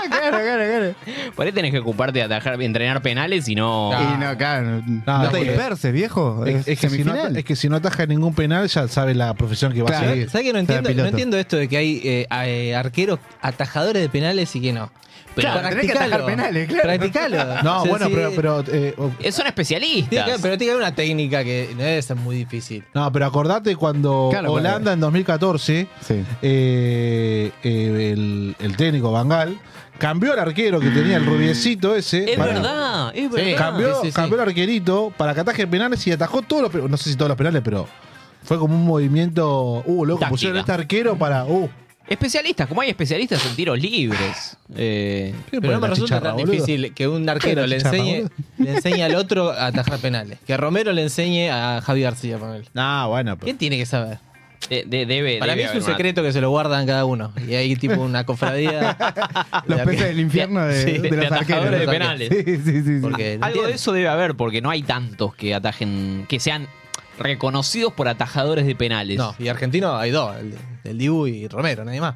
Speaker 4: claro, claro, claro.
Speaker 1: [LAUGHS] por ahí tenés que ocuparte de atajar, entrenar penales y no.
Speaker 2: Ah.
Speaker 4: Y no, claro. No,
Speaker 7: no,
Speaker 4: te
Speaker 7: porque-
Speaker 4: disperses, viejo.
Speaker 7: Es, es que si no,
Speaker 4: semifinal.
Speaker 7: es que si no ataja ningún penal, ya sabe la profesión que va
Speaker 4: Claro.
Speaker 7: a seguir.
Speaker 2: ¿Sabes que no
Speaker 4: Está
Speaker 2: entiendo? No
Speaker 4: piloto.
Speaker 2: entiendo esto de que hay eh, a- eh, arqueros atajadores de penales y que no.
Speaker 1: Pero
Speaker 4: Claro, tenés que
Speaker 2: practicalo.
Speaker 4: atajar penales, claro. [LAUGHS]
Speaker 2: Practicalo.
Speaker 7: No,
Speaker 2: O sea,
Speaker 7: bueno,
Speaker 2: sí,
Speaker 7: pero, pero, eh, o-
Speaker 1: Eh, Son
Speaker 2: tiene que-
Speaker 1: especialistas.
Speaker 2: pero tiene que haber una técnica que no debe ser muy difícil.
Speaker 7: no, pero acordate cuando
Speaker 4: Claro,
Speaker 7: Holanda
Speaker 4: porque-
Speaker 7: en 2014,
Speaker 4: Sí.
Speaker 7: eh, eh, el, el técnico Bangal cambió al arquero que tenía el rubiecito ese.
Speaker 1: Es
Speaker 7: para-
Speaker 1: verdad, es verdad.
Speaker 7: Cambió,
Speaker 2: Sí, sí, sí.
Speaker 7: cambió el arquerito para que ataje penales y atajó todos los penales. No sé si todos los penales, pero fue como un movimiento. Uh, loco,
Speaker 1: Táctica.
Speaker 7: pusieron a este arquero para. Uh,
Speaker 1: Especialistas, como hay especialistas en tiros libres. Eh,
Speaker 2: Pero no
Speaker 7: la
Speaker 2: me resulta
Speaker 7: chicharra,
Speaker 2: tan
Speaker 7: boludo.
Speaker 2: difícil que un arquero
Speaker 7: Pero
Speaker 2: le
Speaker 7: chicharra,
Speaker 2: enseñe,
Speaker 7: boludo.
Speaker 2: le enseñe al otro a atajar penales. Que Romero le enseñe a Javi García ponele.
Speaker 7: Ah, bueno. pero-
Speaker 2: ¿Quién tiene que saber?
Speaker 1: de- Eh, de- debe,
Speaker 2: Para mí
Speaker 1: debe
Speaker 2: es
Speaker 1: haber
Speaker 2: un
Speaker 1: una-
Speaker 2: secreto que se lo guardan cada uno. Y hay tipo
Speaker 7: [LAUGHS]
Speaker 2: una cofradía. de
Speaker 4: Los
Speaker 2: arque-
Speaker 4: peces del infierno de,
Speaker 2: Sí,
Speaker 4: de
Speaker 2: de
Speaker 4: los
Speaker 1: atajadores
Speaker 4: arqueros.
Speaker 1: de penales.
Speaker 4: Sí, sí, sí. sí.
Speaker 2: Porque no
Speaker 1: Ah, Algo de
Speaker 2: entiendo.
Speaker 1: eso debe haber, porque no hay tantos que atajen, que sean reconocidos por atajadores de penales.
Speaker 2: No, y argentino hay dos: el, el Dibu y Romero, nadie más.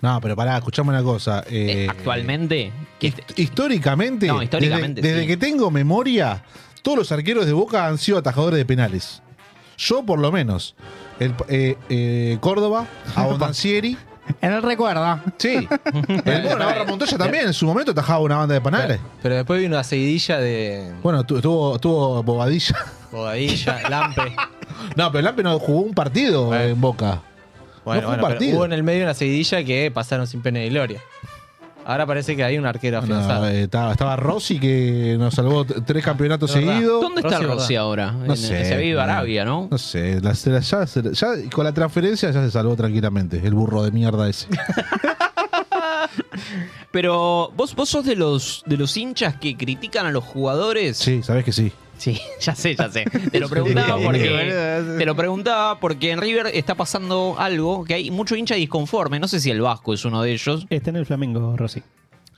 Speaker 7: No, pero pará, escuchame una cosa.
Speaker 1: Eh,
Speaker 7: eh,
Speaker 1: actualmente. que
Speaker 7: hist-
Speaker 1: te-
Speaker 7: históricamente.
Speaker 1: No, históricamente,
Speaker 7: Desde,
Speaker 1: sí.
Speaker 7: desde que tengo memoria, todos los arqueros de Boca han sido atajadores de
Speaker 1: [LAUGHS]
Speaker 7: penales. Yo, por lo menos. El, eh, eh, Córdoba, Abondancieri,
Speaker 4: En el recuerdo.
Speaker 7: Sí. El bueno Navarra Montoya también en su momento tajaba una banda de panales.
Speaker 2: Pero después vino una seguidilla de
Speaker 7: Bueno, tu- estuvo, estuvo Bobadilla. [LAUGHS]
Speaker 2: Bobadilla, Lampe.
Speaker 7: No, pero Lampe no jugó un partido en Boca. No fue un
Speaker 2: Bueno, bueno, pero
Speaker 7: partido.
Speaker 2: hubo en el medio una seguidilla que pasaron sin pena ni gloria. Ahora parece que hay un arquero
Speaker 7: No,
Speaker 2: afianzado.
Speaker 7: eh, estaba, estaba Rossi que nos salvó t- tres campeonatos
Speaker 2: Es verdad.
Speaker 7: seguidos.
Speaker 1: ¿Dónde está Rossi, Rossi verdad. ahora? En-
Speaker 7: No
Speaker 1: en
Speaker 7: sé.
Speaker 1: Sevilla, Arabia, ¿no?
Speaker 7: No sé. la- se la- ya, se la- ya con la transferencia ya se salvó tranquilamente. El burro de mierda ese.
Speaker 1: Pero vos, vos sos de los, de los hinchas que critican a los jugadores.
Speaker 7: Sí, sabés que sí.
Speaker 2: [LAUGHS]
Speaker 1: Sí, ya sé, ya sé. Te lo preguntaba porque te lo preguntaba porque en River está pasando algo que hay mucho hincha disconforme. No sé si el Vasco es uno de ellos.
Speaker 5: Está en el Flamengo, Rossi.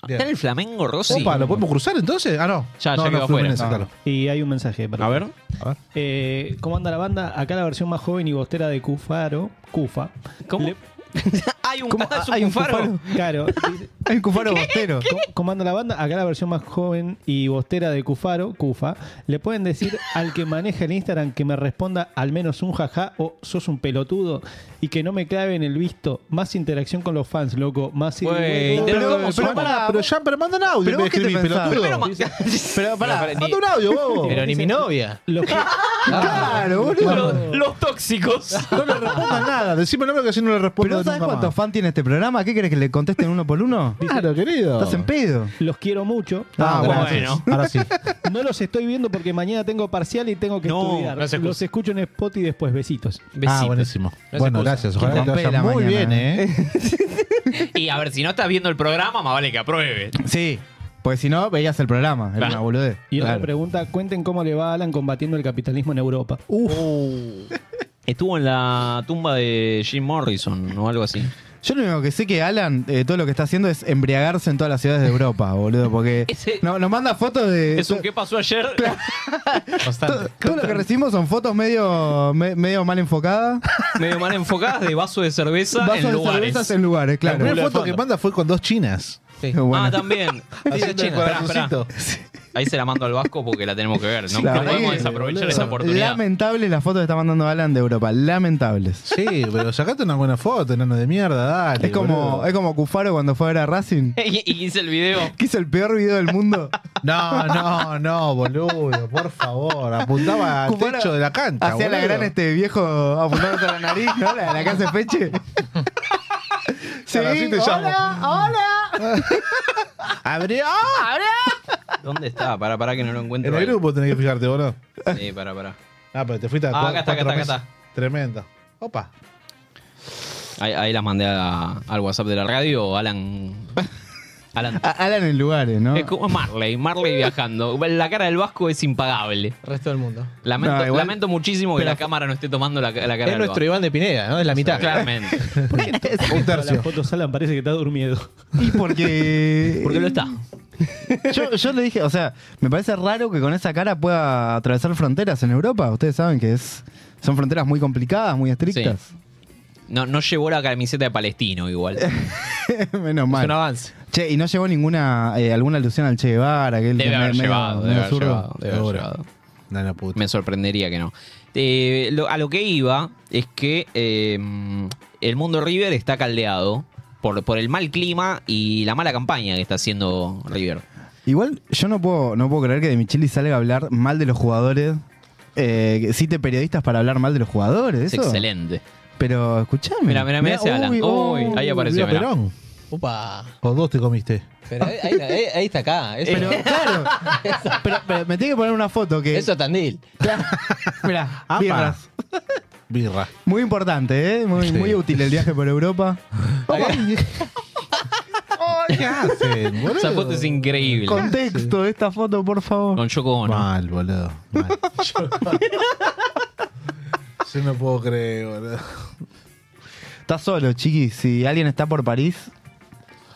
Speaker 1: ¿Está en el Flamengo, Rossi?
Speaker 7: Opa, ¿lo podemos cruzar entonces? Ah, no.
Speaker 1: Ya,
Speaker 7: no,
Speaker 1: ya
Speaker 7: no,
Speaker 1: quedó
Speaker 7: Fluminense,
Speaker 1: afuera.
Speaker 7: claro.
Speaker 5: Y hay un mensaje para
Speaker 1: A ver.
Speaker 7: A ver.
Speaker 5: Eh, ¿Cómo anda la banda? Acá la versión más joven y bostera de Cufaro. Cufa.
Speaker 1: ¿Cómo?
Speaker 5: Le-
Speaker 1: [LAUGHS] hay un,
Speaker 5: ¿Cómo?
Speaker 1: ah, es
Speaker 5: Hay
Speaker 1: un
Speaker 5: un
Speaker 1: faro. [LAUGHS]
Speaker 5: Cufaro. Claro. dice-
Speaker 4: Hay un cufaro bostero.
Speaker 5: ¿Cómo- ¿Cómo anda la banda? Acá la versión más joven y bostera de Cufaro, Cufa. Le pueden decir al que maneja el Instagram que me responda al menos un jaja o sos un pelotudo y que no me clave en el visto. Más interacción con los fans, loco. Más ida y
Speaker 1: Güey,
Speaker 5: vuelta.
Speaker 1: de-
Speaker 7: Pero,
Speaker 1: ¿cómo
Speaker 7: pero
Speaker 1: son?
Speaker 7: pará, pero ya, pero manda un audio.
Speaker 4: Pero
Speaker 7: en vez
Speaker 4: vos qué
Speaker 7: de
Speaker 4: te
Speaker 7: escribir,
Speaker 4: pensás.
Speaker 7: pelotudo.
Speaker 1: Pero,
Speaker 4: Pero pará.
Speaker 1: [LAUGHS] Pero
Speaker 7: Manda un audio, bobo.
Speaker 2: [LAUGHS] Pero ni mi novia.
Speaker 5: Los que-
Speaker 4: Claro,
Speaker 1: Los,
Speaker 4: boludo.
Speaker 1: los tóxicos.
Speaker 7: No
Speaker 1: [LAUGHS]
Speaker 7: le respondas nada. Decime el nombre que así no le respondo
Speaker 4: Pero ¿sabes
Speaker 7: nunca
Speaker 4: cuántos
Speaker 7: más.
Speaker 4: fan tiene este programa? ¿Qué querés que le contesten uno por uno?
Speaker 7: [LAUGHS] Claro, querido.
Speaker 4: Estás en pedo.
Speaker 5: Los quiero mucho.
Speaker 7: Ah,
Speaker 1: bueno.
Speaker 4: [LAUGHS]
Speaker 7: bueno. Ahora [LAUGHS] sí.
Speaker 5: No los estoy viendo porque mañana tengo parcial y tengo que
Speaker 1: No,
Speaker 5: estudiar.
Speaker 1: no se excusa.
Speaker 5: los escucho en spot y después besitos.
Speaker 1: Besitos.
Speaker 7: Ah, buenísimo.
Speaker 1: No se
Speaker 7: bueno,
Speaker 1: excusa.
Speaker 7: gracias. Ojalá
Speaker 4: Te
Speaker 7: te
Speaker 4: rompé la
Speaker 7: vaya muy
Speaker 4: mañana,
Speaker 7: bien, [LAUGHS] ¿eh?
Speaker 1: Y a ver, si no estás viendo el programa, más vale que apruebe.
Speaker 4: Sí. Porque si no, veías el programa. Era
Speaker 1: Claro.
Speaker 4: una boludez.
Speaker 5: Y otra
Speaker 4: Claro.
Speaker 5: pregunta, cuenten cómo le va a Alan combatiendo el capitalismo en Europa.
Speaker 1: Estuvo en la tumba de Jim Morrison o algo así.
Speaker 4: Yo lo único que sé que Alan, eh, todo lo que está haciendo es embriagarse en todas las ciudades de Europa, [LAUGHS] boludo. Porque
Speaker 1: [LAUGHS] Ese-
Speaker 4: no- nos manda fotos de.
Speaker 1: Es un qué pasó ayer. [LAUGHS]
Speaker 4: to- todo lo que recibimos son fotos medio, me- medio mal enfocadas.
Speaker 1: medio mal enfocadas de vaso de cerveza
Speaker 4: Vasos
Speaker 1: en
Speaker 4: de
Speaker 1: lugares.
Speaker 4: cervezas en lugares,
Speaker 7: La
Speaker 4: claro.
Speaker 7: primera foto que manda fue con dos chinas. [LAUGHS]
Speaker 2: Sí.
Speaker 4: Bueno.
Speaker 1: Ah, también.
Speaker 7: Haciendo el
Speaker 1: Esperá, esperá.
Speaker 7: corazoncito.
Speaker 1: Ahí se la mando al Vasco porque la tenemos que ver. No,
Speaker 4: La
Speaker 1: No
Speaker 4: verdad
Speaker 1: podemos
Speaker 4: que-
Speaker 1: desaprovechar
Speaker 7: boludo.
Speaker 1: esa oportunidad.
Speaker 4: Lamentables las fotos que está mandando Alan de Europa. Lamentables.
Speaker 7: Sí, pero sacate una buena foto, enano de mierda, dale.
Speaker 4: Es como,
Speaker 7: boludo.
Speaker 4: es como Cufaro cuando fue a ver a Racing.
Speaker 1: [LAUGHS] Y, y hice el video.
Speaker 4: Que hizo el peor video del mundo.
Speaker 7: [LAUGHS] No, no, no, boludo, por favor. Apuntaba al
Speaker 4: Cufaro
Speaker 7: techo de la cancha.
Speaker 4: Hacía la
Speaker 7: boludo.
Speaker 4: gran este viejo apuntándose a la nariz, ¿no? La, la casa
Speaker 7: [LAUGHS]
Speaker 4: Feche. sí,
Speaker 7: Ahora sí te llamo. ¡ah!
Speaker 4: hola, hola.
Speaker 7: ¡Abrió!
Speaker 1: ¿Dónde está? Para, para que no lo
Speaker 7: En
Speaker 1: encuentro.
Speaker 7: el grupo tenés que fijarte, boludo.
Speaker 1: Sí, para, para.
Speaker 7: Ah, pero te fuiste a
Speaker 1: Ah,
Speaker 7: cua-
Speaker 1: acá está, acá
Speaker 7: cuatro
Speaker 1: está, acá
Speaker 7: meses. Tremendo. Opa.
Speaker 1: Ahí, ahí las mandé a- al WhatsApp de la radio,
Speaker 4: [LAUGHS]
Speaker 1: Alan. Alan.
Speaker 4: A- Alan en lugares, ¿no?
Speaker 1: Es como Marley, Marley viajando. La cara del Vasco es impagable.
Speaker 2: El resto del mundo.
Speaker 1: Lamento,
Speaker 4: No, igual-
Speaker 1: lamento muchísimo que la cámara no esté tomando la, la cara
Speaker 2: Es
Speaker 1: del
Speaker 2: nuestro
Speaker 1: Vasco.
Speaker 2: Iván de Pineda, ¿no? Es la mitad.
Speaker 1: Claramente.
Speaker 7: Un
Speaker 5: Las
Speaker 7: tercio.
Speaker 5: fotos Alan parece que está durmiendo.
Speaker 4: [LAUGHS] Y porque.
Speaker 1: Porque lo está.
Speaker 4: [LAUGHS] Yo, yo le dije, o sea, me parece raro que con esa cara pueda atravesar fronteras en Europa. Ustedes saben que es son fronteras muy complicadas, muy estrictas.
Speaker 1: No, no llevó la camiseta de Palestino igual.
Speaker 4: [LAUGHS] Menos
Speaker 2: Es
Speaker 4: mal.
Speaker 2: un avance.
Speaker 4: Che, y no llevó ninguna eh, alguna alusión al Che Guevara, aquel
Speaker 1: Debe
Speaker 4: que
Speaker 1: haber
Speaker 4: me- medio-
Speaker 1: llevado, debe
Speaker 4: medio
Speaker 1: haber
Speaker 4: zurdo.
Speaker 1: llevado, debe haber
Speaker 7: Seguro.
Speaker 1: llevado.
Speaker 7: No, no, puta.
Speaker 1: Me sorprendería que no. Eh, lo- a lo que iba es que eh, el mundo River está caldeado por, por el mal clima y la mala campaña que está haciendo River.
Speaker 4: Igual yo no puedo, no puedo creer que de Micheli salga a hablar mal de los jugadores. Eh, que cite periodistas para hablar mal de los jugadores.
Speaker 1: Es
Speaker 4: eso.
Speaker 1: excelente.
Speaker 4: Pero escuchame.
Speaker 1: Mira, mira, mira ese
Speaker 7: Mirá,
Speaker 1: Alan. Uy, ahí apareció.
Speaker 7: mirá,
Speaker 1: mirá.
Speaker 7: Perón.
Speaker 2: Opa.
Speaker 7: O dos te comiste.
Speaker 2: Pero ahí, ahí- ahí- ahí está acá. Eso,
Speaker 4: Pero claro, pero, pero me tiene que poner una foto que.
Speaker 2: eso es Tandil.
Speaker 4: Mirá,
Speaker 7: Apa.
Speaker 4: birras.
Speaker 7: Birra.
Speaker 4: Muy importante, ¿eh? Muy,
Speaker 7: Sí.
Speaker 4: muy útil el viaje por Europa.
Speaker 7: [LAUGHS] ¿Qué hacen, boludo?
Speaker 1: Esa foto es increíble. Con,
Speaker 4: Contexto de esta foto, por favor.
Speaker 1: Yoko Ono.
Speaker 7: Mal, boludo. Mal. Yo no puedo creer, boludo.
Speaker 4: Estás solo, chiqui. Si alguien está por París.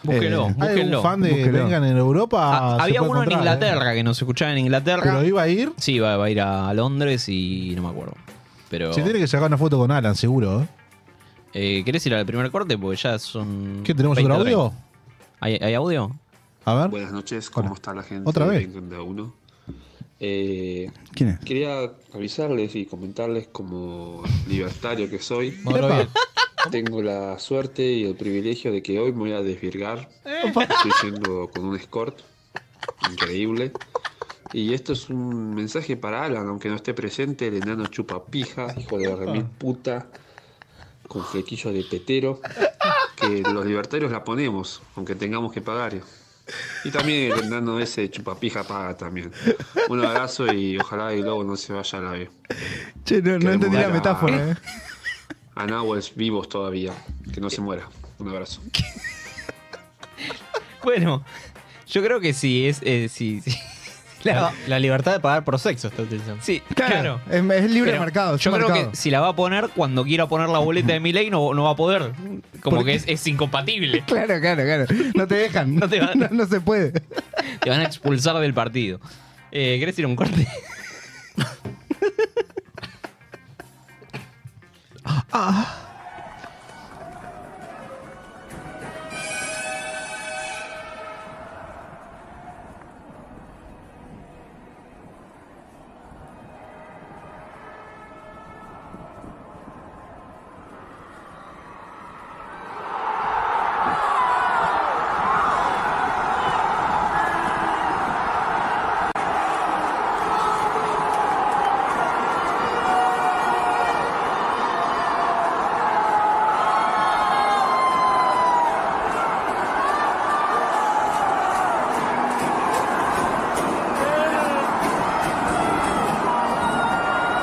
Speaker 1: Búsquelo,
Speaker 4: Eh,
Speaker 7: Hay
Speaker 1: búsquenlo.
Speaker 7: un fan de
Speaker 4: Búsquelo.
Speaker 7: vengan en Europa.
Speaker 1: Ah,
Speaker 7: se
Speaker 1: había
Speaker 4: ¿eh?
Speaker 7: puede
Speaker 1: uno en
Speaker 7: encontrar,
Speaker 1: Inglaterra que nos escuchaba en
Speaker 7: ¿eh?
Speaker 1: Inglaterra.
Speaker 7: Pero iba a ir.
Speaker 1: Sí, va, va a ir a Londres y no me acuerdo. Pero.
Speaker 7: Se tiene que sacar una foto con Alan, seguro. ¿eh?
Speaker 1: eh, ¿Querés ir al primer corte? Porque ya son.
Speaker 7: ¿Qué tenemos otro
Speaker 1: 20,
Speaker 7: audio?
Speaker 1: 30. ¿Hay, hay audio?
Speaker 7: A ver.
Speaker 8: Buenas noches, ¿cómo está la gente?
Speaker 7: Otra
Speaker 8: de
Speaker 7: vez.
Speaker 8: Vengan de a uno. Eh,
Speaker 4: ¿Quién es?
Speaker 8: quería avisarles y comentarles como libertario que soy.
Speaker 2: Mauro Biel.
Speaker 8: Tengo la suerte y el privilegio de que hoy me voy a desvirgar.
Speaker 15: Eh.
Speaker 4: [LAUGHS]
Speaker 8: Estoy yendo con un escort. Increíble. Y esto es un mensaje para Alan, aunque no esté presente, el enano chupa pija, hijo de remil puta, con flequillo de petero, que los libertarios la ponemos, aunque tengamos que pagar. Y también el enano ese chupa pija paga también. Un abrazo y ojalá el lobo no se vaya a la B.
Speaker 4: Che, no, no
Speaker 8: Queremos
Speaker 4: entendí la
Speaker 8: ver a-
Speaker 4: metáfora, ¿eh?
Speaker 8: A Nahuels vivos todavía, que no se muera. Un abrazo.
Speaker 1: Bueno, yo creo que sí, es. eh, sí, sí.
Speaker 2: La, la libertad de pagar por sexo está utilizando.
Speaker 1: Sí,
Speaker 4: Claro. Es, es libre
Speaker 1: Pero
Speaker 4: mercado. es
Speaker 1: Yo creo
Speaker 4: mercado.
Speaker 1: que si la va a poner, cuando quiera poner la boleta de Milei, no, no va a poder. Como que es, es incompatible.
Speaker 4: Claro, claro, claro. No te dejan. [LAUGHS] no,
Speaker 1: te van.
Speaker 4: no, se puede.
Speaker 1: Te van a expulsar del partido. Eh, ¿Querés ir a un corte?
Speaker 4: Ah.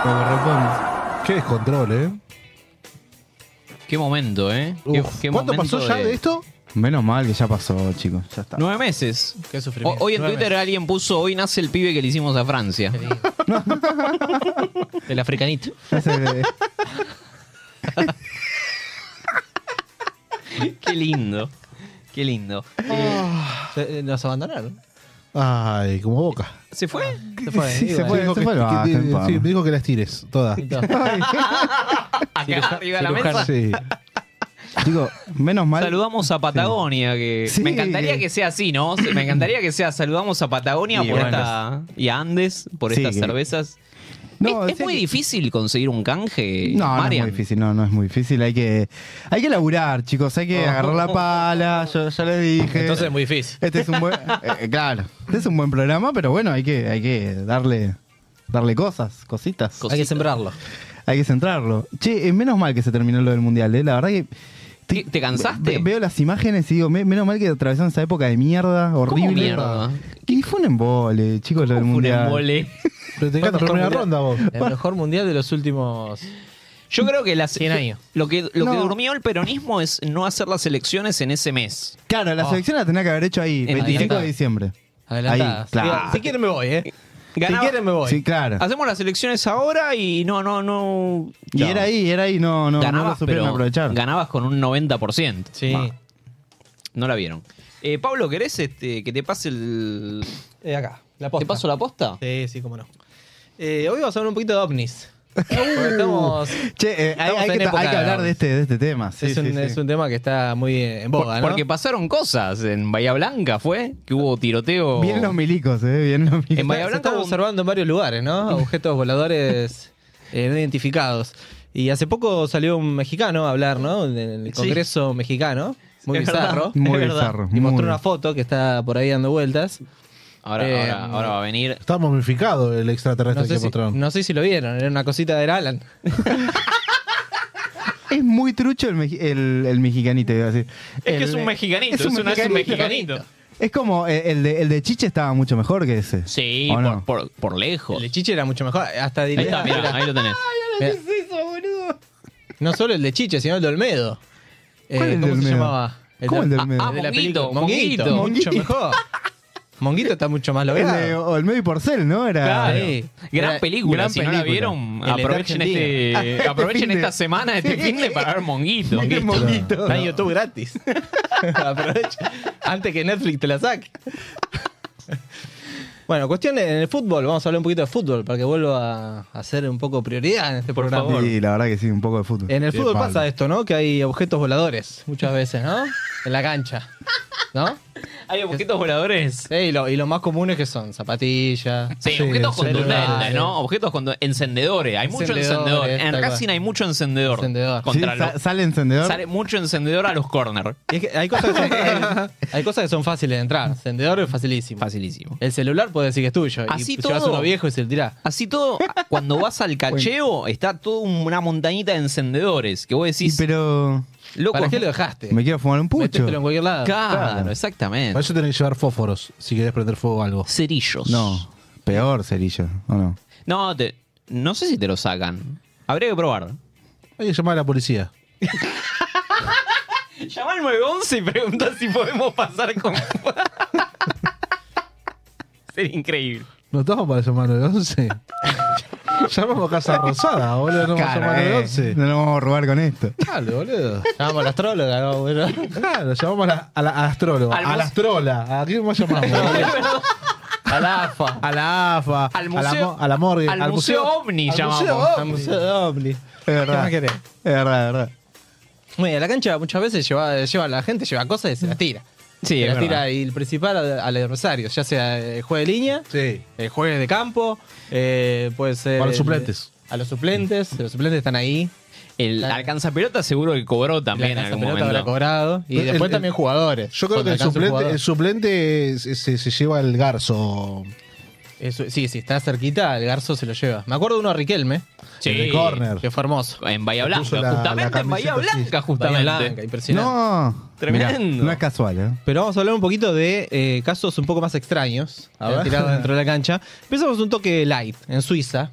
Speaker 7: Como corresponde. Qué descontrol, ¿eh?
Speaker 1: Qué momento, ¿eh? Qué-
Speaker 4: Uf,
Speaker 1: qué
Speaker 7: ¿Cuánto
Speaker 1: momento
Speaker 7: pasó ya de esto?
Speaker 4: Menos mal que ya pasó, chicos. Ya está.
Speaker 1: Nueve meses.
Speaker 2: Qué
Speaker 1: O- hoy en Twitter alguien puso, hoy nace el pibe que le hicimos a Francia. [LAUGHS]
Speaker 4: [LAUGHS]
Speaker 1: el
Speaker 2: [LAUGHS]
Speaker 1: africanito. Qué lindo. Qué lindo. Ah.
Speaker 2: Se- eh, Nos abandonaron.
Speaker 7: Ay, como boca.
Speaker 1: ¿Se fue?
Speaker 2: Ah. Se fue. Ah,
Speaker 7: Sí,
Speaker 2: y
Speaker 7: se
Speaker 2: bueno.
Speaker 7: fue, dijo que- que-
Speaker 4: baja,
Speaker 7: que-
Speaker 4: en paz.
Speaker 7: sí, me dijo que las tires todas.
Speaker 1: Acá arriba de la
Speaker 4: cirujano,
Speaker 1: mesa.
Speaker 7: Sí.
Speaker 4: Digo, menos mal.
Speaker 1: Saludamos a Patagonia, que
Speaker 4: Sí,
Speaker 1: Eh, me encantaría
Speaker 4: que-
Speaker 1: que... sea así, ¿no? Se- Me encantaría que sea saludamos a Patagonia
Speaker 4: Y
Speaker 1: por
Speaker 4: bueno,
Speaker 1: esta, y a Andes por
Speaker 4: Sí,
Speaker 1: estas
Speaker 4: que-
Speaker 1: cervezas.
Speaker 4: No,
Speaker 1: es
Speaker 4: decía
Speaker 1: muy
Speaker 4: que-
Speaker 1: difícil conseguir un canje,
Speaker 4: No, no es
Speaker 1: Marian.
Speaker 4: muy difícil, no, no es muy difícil. Hay que, hay que laburar, chicos. Hay que
Speaker 1: Oh.
Speaker 4: agarrar la pala. Yo ya les dije.
Speaker 2: Entonces es muy difícil.
Speaker 4: Este es un
Speaker 2: [LAUGHS]
Speaker 4: buen, eh, claro, este es un buen programa, pero bueno, hay que, hay que darle, darle cosas, cositas.
Speaker 2: Hay que sembrarlo.
Speaker 4: Hay que centrarlo. Che, eh, menos mal que se terminó lo del mundial, ¿eh? La verdad que.
Speaker 1: ¿Qué, ¿Te cansaste?
Speaker 4: ve- Veo las imágenes y digo, me- menos mal que atravesaron esa época de mierda, horrible.
Speaker 1: mierda?
Speaker 4: Y fue un embole, chicos, lo del
Speaker 1: Un
Speaker 4: mundial.
Speaker 1: embole.
Speaker 7: Pero te encanta
Speaker 2: Fue el mejor
Speaker 7: primera
Speaker 2: mundial-
Speaker 7: ronda vos.
Speaker 2: El mejor mundial de los últimos.
Speaker 1: Yo creo que las,
Speaker 2: 100 años.
Speaker 1: lo que lo que
Speaker 4: No.
Speaker 1: durmió el peronismo es no hacer las elecciones en ese mes.
Speaker 4: Claro, la
Speaker 1: Oh.
Speaker 4: selección la tenía que haber hecho ahí,
Speaker 1: En
Speaker 4: 25
Speaker 1: adelantada.
Speaker 4: de diciembre.
Speaker 2: Adelantadas.
Speaker 4: Ahí, claro.
Speaker 2: Digo, Si quieren me voy, ¿eh?
Speaker 1: Ganaba-
Speaker 2: Si quieren me voy.
Speaker 4: Sí, claro.
Speaker 1: Hacemos las elecciones ahora y no no no
Speaker 4: Y era ahí, era ahí, no, no, no lo
Speaker 1: ganabas,
Speaker 4: supieron
Speaker 1: pero
Speaker 4: aprovechar.
Speaker 1: ganabas con un 90%.
Speaker 2: Sí.
Speaker 1: Va, Ah. no la vieron. Eh, Pablo, ¿querés este, que te pase el
Speaker 2: Eh, acá. La
Speaker 1: ¿Te
Speaker 2: posta.
Speaker 1: paso la posta?
Speaker 2: Sí, sí, cómo no. Eh, hoy vamos a hablar un poquito de ovnis.
Speaker 1: Uh.
Speaker 2: Porque estamos.
Speaker 4: Che, eh, hay,
Speaker 2: Estamos
Speaker 4: hay
Speaker 2: en
Speaker 4: que,
Speaker 2: época
Speaker 4: hay que
Speaker 2: de
Speaker 4: hablar
Speaker 2: ovnis.
Speaker 4: de este, de este tema. Sí,
Speaker 2: es, un,
Speaker 4: sí, sí.
Speaker 2: es un tema que está muy en boga,
Speaker 1: Por-
Speaker 2: ¿no?
Speaker 1: Porque pasaron cosas en Bahía Blanca, ¿fue? Que hubo tiroteo.
Speaker 4: Bien los milicos, eh, bien los milicos.
Speaker 1: En Bahía
Speaker 2: Se
Speaker 1: Blanca
Speaker 2: están
Speaker 1: hubo-
Speaker 2: observando en varios
Speaker 1: [LAUGHS]
Speaker 2: lugares, ¿no? Objetos voladores eh, no identificados. Y hace poco salió un mexicano a hablar, ¿no? En el Congreso mexicano. Muy
Speaker 1: Es
Speaker 2: bizarro.
Speaker 1: verdad, es
Speaker 4: Muy
Speaker 1: verdad.
Speaker 4: bizarro.
Speaker 2: Y mostró
Speaker 4: muy-
Speaker 2: una foto que está por ahí dando vueltas.
Speaker 1: Ahora,
Speaker 2: Eh,
Speaker 1: ahora, ahora va a venir.
Speaker 7: Está momificado el extraterrestre
Speaker 2: No sé,
Speaker 7: que
Speaker 2: si,
Speaker 7: mostraron.
Speaker 2: no sé si lo vieron, era una cosita de Alan.
Speaker 4: Es muy trucho el, meji- el, el mexicanito, iba a decir.
Speaker 1: Es que
Speaker 4: El-
Speaker 1: es un mexicanito, es, una- es un mexicanito.
Speaker 4: Es como eh, el de, el de Chiche estaba mucho mejor que ese.
Speaker 1: Sí,
Speaker 4: ¿O
Speaker 1: por,
Speaker 4: no?
Speaker 1: por- por lejos.
Speaker 2: El de Chiche era mucho mejor. Hasta
Speaker 1: Ahí
Speaker 2: diría.
Speaker 1: está, mirá, ahí lo tenés.
Speaker 2: Mirá,
Speaker 4: eso, boludo?
Speaker 2: no solo el de Chiche, sino el de Olmedo. Eh,
Speaker 4: ¿Cuál es el de
Speaker 2: ¿Cómo se
Speaker 4: Olmedo?
Speaker 2: llamaba?
Speaker 4: ¿Cómo el de Olmedo?
Speaker 1: Ah,
Speaker 2: de la
Speaker 1: Monguito,
Speaker 2: película.
Speaker 1: Monguito.
Speaker 2: Monguito,
Speaker 4: Monguito.
Speaker 2: mucho mejor. Monguito está mucho más
Speaker 4: El
Speaker 2: logrado.
Speaker 4: de Olmedo y Porcel, ¿no? Era.
Speaker 2: Claro.
Speaker 1: Gran
Speaker 2: Era-
Speaker 1: película,
Speaker 4: gran
Speaker 1: si no la
Speaker 4: película.
Speaker 1: vieron,
Speaker 2: El de
Speaker 1: aprovechen,
Speaker 4: [LAUGHS] Ah,
Speaker 2: Argentina.
Speaker 1: este, aprovechen esta semana, este fin de para ver Monguito.
Speaker 4: Qué monguito.
Speaker 2: Está en YouTube gratis. [LAUGHS] Aprovecha. Antes que Netflix te la saque. Bueno, cuestión en el fútbol. Vamos a hablar un poquito de fútbol para que vuelva a ser un poco prioridad en este programa.
Speaker 4: Sí, la verdad que sí, un poco de fútbol.
Speaker 2: En el
Speaker 7: Qué
Speaker 2: fútbol
Speaker 7: palo.
Speaker 2: pasa esto, ¿no? Que hay objetos voladores muchas veces, ¿no? En la cancha. ¿No?
Speaker 1: [LAUGHS] Hay objetos voladores.
Speaker 2: y, lo, y lo más común es que son zapatillas.
Speaker 1: Sí, objetos
Speaker 2: celulares.
Speaker 1: contundentes, ¿no? Objetos con encendedores. Hay mucho encendedor.
Speaker 2: Encendedores,
Speaker 1: En
Speaker 2: tal
Speaker 1: Racing
Speaker 2: cual.
Speaker 1: hay mucho encendedor.
Speaker 4: Sí,
Speaker 1: Contra
Speaker 4: sa-
Speaker 1: los-
Speaker 4: ¿Sale encendedor?
Speaker 1: Sale mucho encendedor a los corner.
Speaker 2: Y es que hay, cosas que
Speaker 1: [LAUGHS]
Speaker 2: son, hay, hay cosas que son fáciles de entrar. Encendedor es facilísimo.
Speaker 1: Facilísimo.
Speaker 2: El celular puede decir que es tuyo.
Speaker 1: Así
Speaker 2: y llevas
Speaker 1: todo.
Speaker 2: uno viejo y se lo tirás.
Speaker 1: Así todo, cuando vas
Speaker 2: [LAUGHS]
Speaker 1: al cacheo, está toda una montañita de encendedores que vos decís.
Speaker 4: Pero.
Speaker 1: Loco,
Speaker 2: ¿Para qué lo dejaste?
Speaker 4: Me quiero fumar un pucho.
Speaker 2: Métetelo en cualquier lado.
Speaker 1: Claro,
Speaker 4: Claro.
Speaker 1: exactamente.
Speaker 7: Para eso tenés que llevar fósforos si querés prender fuego a algo.
Speaker 1: Cerillos.
Speaker 4: No, peor cerillo, ¿o no?
Speaker 1: No, te- no sé si te lo sacan. Habría que probar.
Speaker 7: Hay que llamar a
Speaker 1: [LAUGHS]
Speaker 7: la policía.
Speaker 1: Llama al 911 y pregunta si podemos pasar con. [LAUGHS] Sería increíble.
Speaker 7: No estamos para llamar al
Speaker 2: [LAUGHS]
Speaker 7: 11. Llamamos a Casa Rosada, boludo. No vamos a
Speaker 4: Claro,
Speaker 7: llamar al
Speaker 4: eh,
Speaker 7: 11.
Speaker 4: No nos vamos a robar con esto.
Speaker 7: Dale, boludo.
Speaker 2: Llamamos a la astróloga, ¿no? Bueno.
Speaker 7: Claro, llamamos a la, a la- a la astróloga,
Speaker 1: Al
Speaker 7: a la
Speaker 1: mus-
Speaker 7: astrola. ¿A quién más
Speaker 1: [LAUGHS]
Speaker 7: llamamos? boludo?
Speaker 2: A la AFA.
Speaker 7: a la AFA,
Speaker 1: Al
Speaker 7: a, la,
Speaker 1: museo-
Speaker 7: mo- a la morgue,
Speaker 1: al museo OVNI
Speaker 7: al
Speaker 1: llamamos.
Speaker 7: museo OVNI.
Speaker 2: Al Museo de Omni.
Speaker 4: Es
Speaker 2: ¿Qué
Speaker 4: verdad.
Speaker 2: más
Speaker 4: Es
Speaker 2: querés?
Speaker 4: verdad, es verdad.
Speaker 2: Bueno, a la cancha muchas veces lleva, lleva la gente lleva cosas y se
Speaker 7: Mm.
Speaker 2: las tira.
Speaker 1: Sí,
Speaker 2: se
Speaker 1: es
Speaker 2: las
Speaker 1: verdad.
Speaker 2: tira y el principal al, al adversario, ya sea el juego de línea,
Speaker 7: Sí.
Speaker 2: el juego de campo, eh, puede ser.
Speaker 7: Para los
Speaker 2: el-
Speaker 7: suplentes.
Speaker 2: A los suplentes, los suplentes están ahí.
Speaker 1: El
Speaker 2: Claro.
Speaker 1: alcanza pelota seguro que cobró también en
Speaker 2: la
Speaker 1: algún
Speaker 2: pelota habrá
Speaker 1: momento.
Speaker 2: cobrado. Y
Speaker 7: El-
Speaker 2: después
Speaker 7: el-
Speaker 2: también jugadores.
Speaker 7: Yo creo
Speaker 2: Cuando
Speaker 7: que el
Speaker 2: alcanza un
Speaker 7: suplente,
Speaker 2: jugador.
Speaker 7: el suplente se, se- se lleva el garzo.
Speaker 2: Eso- sí, si está cerquita, el Garzo se lo lleva. Me acuerdo de uno a Riquelme,
Speaker 1: Sí.
Speaker 7: El de corner.
Speaker 2: que fue hermoso.
Speaker 1: En Bahía
Speaker 7: Le puso
Speaker 1: Blanca,
Speaker 7: la-
Speaker 1: justamente
Speaker 7: la
Speaker 1: en Bahía
Speaker 7: camiseta, sí.
Speaker 1: Blanca,
Speaker 2: Bahía
Speaker 1: justamente.
Speaker 2: Blanca, impresionante.
Speaker 4: No.
Speaker 1: Tremendo.
Speaker 4: Mirá, no es casual, ¿eh?
Speaker 2: Pero vamos a hablar un poquito de eh, casos un poco más extraños, eh,
Speaker 7: A ver.
Speaker 2: tirados dentro de la cancha. Empezamos un toque light en Suiza.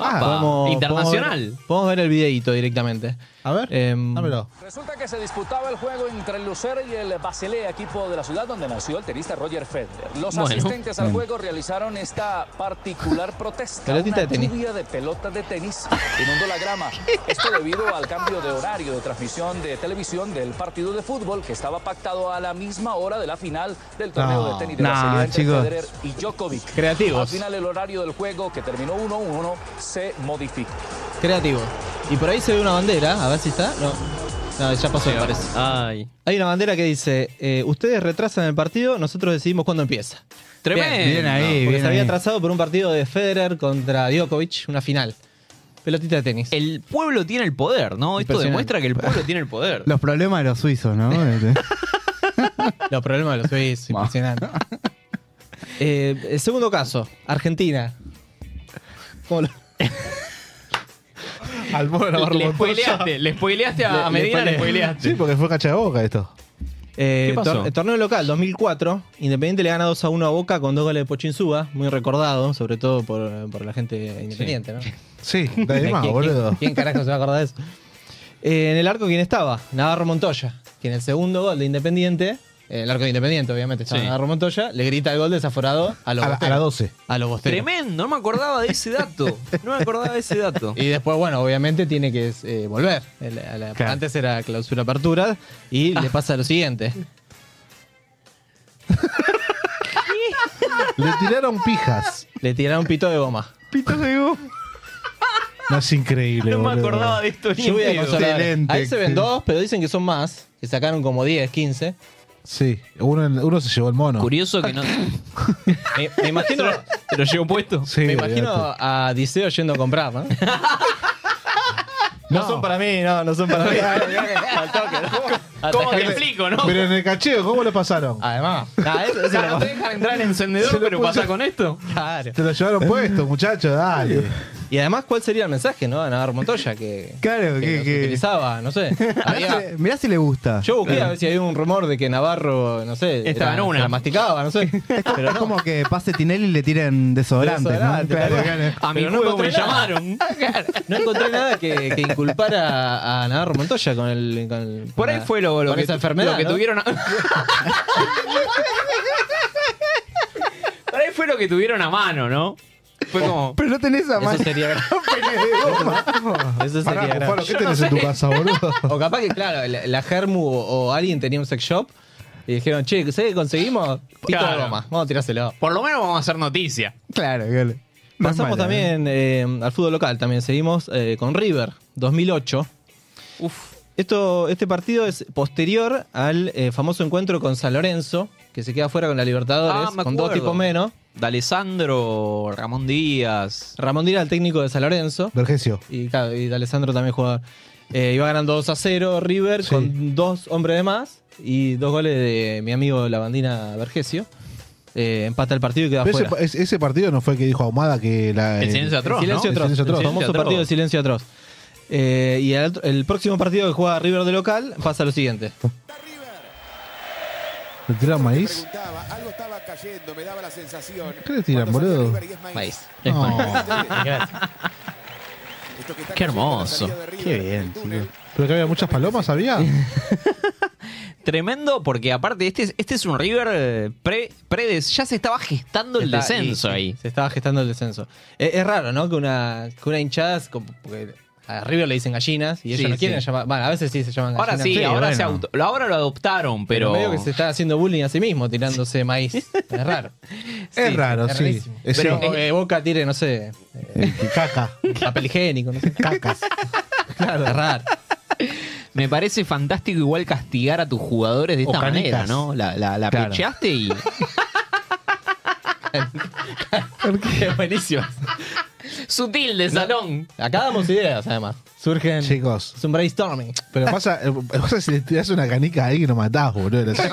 Speaker 1: Apa,
Speaker 2: Podemos-
Speaker 1: Ah, internacional.
Speaker 2: Podemos ver, podemos ver el videíto directamente.
Speaker 7: A ver,
Speaker 2: Em,
Speaker 7: dámelo.
Speaker 15: Resulta que se disputaba el juego entre el Lucer y el Basilea, equipo de la ciudad donde nació el tenista Roger Federer. Los
Speaker 1: Bueno.
Speaker 15: asistentes al juego realizaron esta particular protesta.
Speaker 2: Pelotita
Speaker 15: una
Speaker 2: de tenis.
Speaker 15: lluvia de pelotas de tenis inundó la grama. Esto debido al cambio de horario de transmisión de televisión del partido de fútbol que estaba pactado a la misma hora de la final del torneo
Speaker 7: No.
Speaker 15: de tenis de
Speaker 4: No,
Speaker 15: Basilea entre
Speaker 4: chicos.
Speaker 15: Federer y Djokovic.
Speaker 2: Creativos.
Speaker 15: Al final el horario del juego que terminó 1-1 se modificó.
Speaker 2: Creativo. Y por ahí se ve una bandera, a ver si está. No, No, ya pasó.
Speaker 1: Ay.
Speaker 2: Hay una bandera que dice, eh, ustedes retrasan el partido, nosotros decidimos cuándo empieza.
Speaker 1: Tremendo.
Speaker 4: Bien ahí,
Speaker 2: Porque
Speaker 4: bien
Speaker 2: se había
Speaker 4: ahí.
Speaker 2: atrasado por un partido de Federer contra Djokovic, una final. Pelotita de tenis.
Speaker 1: El pueblo tiene el poder, ¿no? Esto
Speaker 2: Impresionante.
Speaker 1: demuestra que el pueblo tiene el poder.
Speaker 4: Los problemas de los suizos, ¿no? Este.
Speaker 2: [LAUGHS] Los problemas de los suizos, impresionante. [LAUGHS] Eh, el segundo caso, Argentina.
Speaker 1: [LAUGHS]
Speaker 2: ¿Cómo lo-
Speaker 7: Al modo de grabar
Speaker 1: Le
Speaker 7: un montón ya.
Speaker 1: spoileaste, le spoileaste
Speaker 2: Le-
Speaker 1: a, a Medina,
Speaker 2: le
Speaker 1: le
Speaker 2: spoileé.
Speaker 1: spoileaste.
Speaker 7: Sí, porque fue cacha de boca esto.
Speaker 2: Eh,
Speaker 1: ¿Qué pasó?
Speaker 2: tor- el torneo local, 2004. Independiente le gana 2 a 1 a Boca con dos goles de Pochinsuba, muy recordado, sobre todo por, por la gente independiente, ¿no?
Speaker 7: Sí, nadie más,
Speaker 2: [LAUGHS] ¿Quién-
Speaker 7: boludo.
Speaker 2: ¿quién, quién carajo se va a acordar de eso? Eh, en el arco, ¿quién estaba? Navarro Montoya, que en el segundo gol de Independiente, eh, el arco de Independiente, obviamente, estaba
Speaker 1: Sí.
Speaker 2: Navarro Montoya, le grita el gol desaforado a los
Speaker 7: A la, a
Speaker 2: bosteros.
Speaker 7: la 12.
Speaker 2: A los bosteros.
Speaker 1: Tremendo, no me acordaba de ese dato. No me acordaba de ese dato.
Speaker 2: Y después, bueno, obviamente tiene que eh, volver. El- a la-
Speaker 4: Claro.
Speaker 2: Antes era clausura apertura y le pasa lo siguiente.
Speaker 7: Le [LAUGHS] tiraron pijas.
Speaker 2: [LAUGHS] Le tiraron pito de goma.
Speaker 7: No es increíble,
Speaker 1: No me
Speaker 7: boludo.
Speaker 1: acordaba de esto. ni
Speaker 2: Yo voy a
Speaker 1: en pedo.
Speaker 2: consolar.
Speaker 4: Excelente,
Speaker 2: Ahí se ven
Speaker 4: excelente.
Speaker 2: dos, pero dicen que son más, que sacaron como 10, 15.
Speaker 7: Sí, uno, en- uno se llevó el mono.
Speaker 1: Curioso que no.
Speaker 2: Me, me imagino,
Speaker 1: ¿Te lo llevo puesto?
Speaker 7: Sí,
Speaker 2: me imagino
Speaker 7: olvidate.
Speaker 2: a Diceo yendo a comprar, ¿no? No son para mí, no, no son [LAUGHS] para mí. Al toque, ¿no?
Speaker 1: ¿Cómo te
Speaker 2: Hasta-
Speaker 1: explico, no?
Speaker 7: Pero en el cacheo, ¿cómo lo pasaron?
Speaker 2: Además, nada, Ah,
Speaker 1: [LAUGHS]
Speaker 2: eso- eso
Speaker 1: Claro, no
Speaker 2: lo-
Speaker 1: te dejan entrar en encendedor, pero pasa con esto.
Speaker 2: claro.
Speaker 7: Te lo llevaron puesto, muchachos, dale.
Speaker 2: Y además, ¿cuál sería el mensaje, no? A Navarro Montoya, que,
Speaker 4: Claro,
Speaker 2: que
Speaker 4: que.
Speaker 2: los
Speaker 4: que...
Speaker 2: utilizaba, no sé.
Speaker 4: Mirá,
Speaker 2: Había-
Speaker 4: si- Ah, mirá si le gusta.
Speaker 2: yo busqué a ver si había un rumor de que Navarro, no sé,
Speaker 1: Estaba en
Speaker 2: se
Speaker 1: una.
Speaker 2: la masticaba,
Speaker 4: [LAUGHS]
Speaker 2: no sé. Pero
Speaker 4: es como que pase Tinelli y le tiren desodorantes,
Speaker 2: Desodorante,
Speaker 4: ¿no? Claro,
Speaker 2: tal
Speaker 4: claro.
Speaker 1: A mi
Speaker 2: Pero no
Speaker 1: juego me
Speaker 2: encontré nada. [LAUGHS]
Speaker 1: llamaron.
Speaker 2: No encontré nada que, que inculpara a, a Navarro Montoya con el. con el-
Speaker 1: Por
Speaker 2: con
Speaker 1: ahí
Speaker 2: la-
Speaker 1: fue lo, lo
Speaker 2: con
Speaker 1: que,
Speaker 2: esa enfermedad.
Speaker 1: lo que
Speaker 2: ¿no?
Speaker 1: tuvieron. a- Por ahí fue lo que tuvieron a mano, ¿no? Fue como.
Speaker 4: [LAUGHS] Pero no tenés a
Speaker 2: Eso
Speaker 4: mano. [LAUGHS]
Speaker 2: sería Eso
Speaker 7: Pará,
Speaker 2: sería grave.
Speaker 7: Cufaro, ¿qué tenés en tu casa, boludo?
Speaker 2: O capaz que, claro, la, la Germu o, o alguien tenía un sex shop y dijeron, che, ¿sabes qué conseguimos? Pito
Speaker 1: Claro.
Speaker 2: de goma, vamos a tirárselo.
Speaker 1: Por lo menos vamos a hacer noticia.
Speaker 4: Claro, claro. No es mala,
Speaker 2: Pasamos
Speaker 4: ¿eh?
Speaker 2: también eh, al fútbol local, también seguimos eh, con River, 2008.
Speaker 1: Uf.
Speaker 2: Esto, este partido es posterior al eh, famoso encuentro con San Lorenzo, que se queda fuera con la Libertadores,
Speaker 1: Ah, me
Speaker 2: con dos
Speaker 1: acuerdo.
Speaker 2: tipos menos.
Speaker 1: D'Alessandro, Ramón Díaz.
Speaker 2: Ramón Díaz, el técnico de San Lorenzo.
Speaker 7: Vergesio.
Speaker 2: Y, claro, y D'Alessandro también jugador. Eh, iba ganando 2 a 0 River con dos hombres de más y dos goles de mi amigo la bandina Vergesio. Eh, empata el partido y queda
Speaker 7: Pero
Speaker 2: fuera.
Speaker 7: ese, Eh, pa- es- ese partido no fue el que dijo Ahumada que la.
Speaker 2: El silencio atroz. silencio
Speaker 7: El
Speaker 2: atroz.
Speaker 7: silencio atroz.
Speaker 2: El famoso partido de silencio atroz. Eh, y el, otro- el próximo partido que juega River de local pasa lo siguiente.
Speaker 7: ¿Le tiran maíz?
Speaker 16: Algo estaba cayendo, me daba la sensación.
Speaker 7: ¿Qué le tiran,
Speaker 16: Cuando salió
Speaker 7: boludo?
Speaker 16: River y es maíz.
Speaker 7: Es No. maíz.
Speaker 16: Esto que está
Speaker 1: Qué
Speaker 16: cayendo a la
Speaker 1: hermoso.
Speaker 16: salida de River.
Speaker 1: Qué bien,
Speaker 7: Pero que había muchas palomas, había. [LAUGHS]
Speaker 1: Tremendo, porque aparte, este es, este es un River eh, pre, pre- ya se estaba gestando el
Speaker 2: Está-
Speaker 1: descenso
Speaker 2: y-
Speaker 1: ahí.
Speaker 2: Se estaba gestando el descenso. Eh, Es, es raro, ¿no? Que una, que una hinchada. es como- porque a River le dicen gallinas y ellos
Speaker 1: Sí,
Speaker 2: no quieren
Speaker 1: sí.
Speaker 2: llamar. Bueno, a veces sí se llaman gallinas.
Speaker 1: Ahora sí, ahora, se auto- lo- ahora lo adoptaron, pero.
Speaker 2: medio que se está haciendo bullying a sí mismo tirándose maíz. Es [LAUGHS] raro.
Speaker 7: Es raro, sí.
Speaker 2: rarísimo.
Speaker 7: Es-
Speaker 2: Pero
Speaker 7: sí.
Speaker 2: eh, Boca tire, no sé,
Speaker 7: Caca.
Speaker 2: papel higiénico, [LAUGHS] no sé. Cacas. Claro. Es raro.
Speaker 1: [LAUGHS] Me parece fantástico igual castigar a tus jugadores de
Speaker 2: O
Speaker 1: esta manera,
Speaker 2: canicas.
Speaker 1: ¿no? La, la, la
Speaker 2: Claro. [LAUGHS]
Speaker 1: pecheaste [LAUGHS] y.
Speaker 2: Qué buenísimo. [LAUGHS]
Speaker 1: Sutil de salón.
Speaker 2: Acá damos ideas, además. Surgen.
Speaker 7: Chicos.
Speaker 2: Es un brainstorming.
Speaker 7: Pero pasa, eh, pasa si le tirás una canica a alguien, lo matás, boludo. Le haces,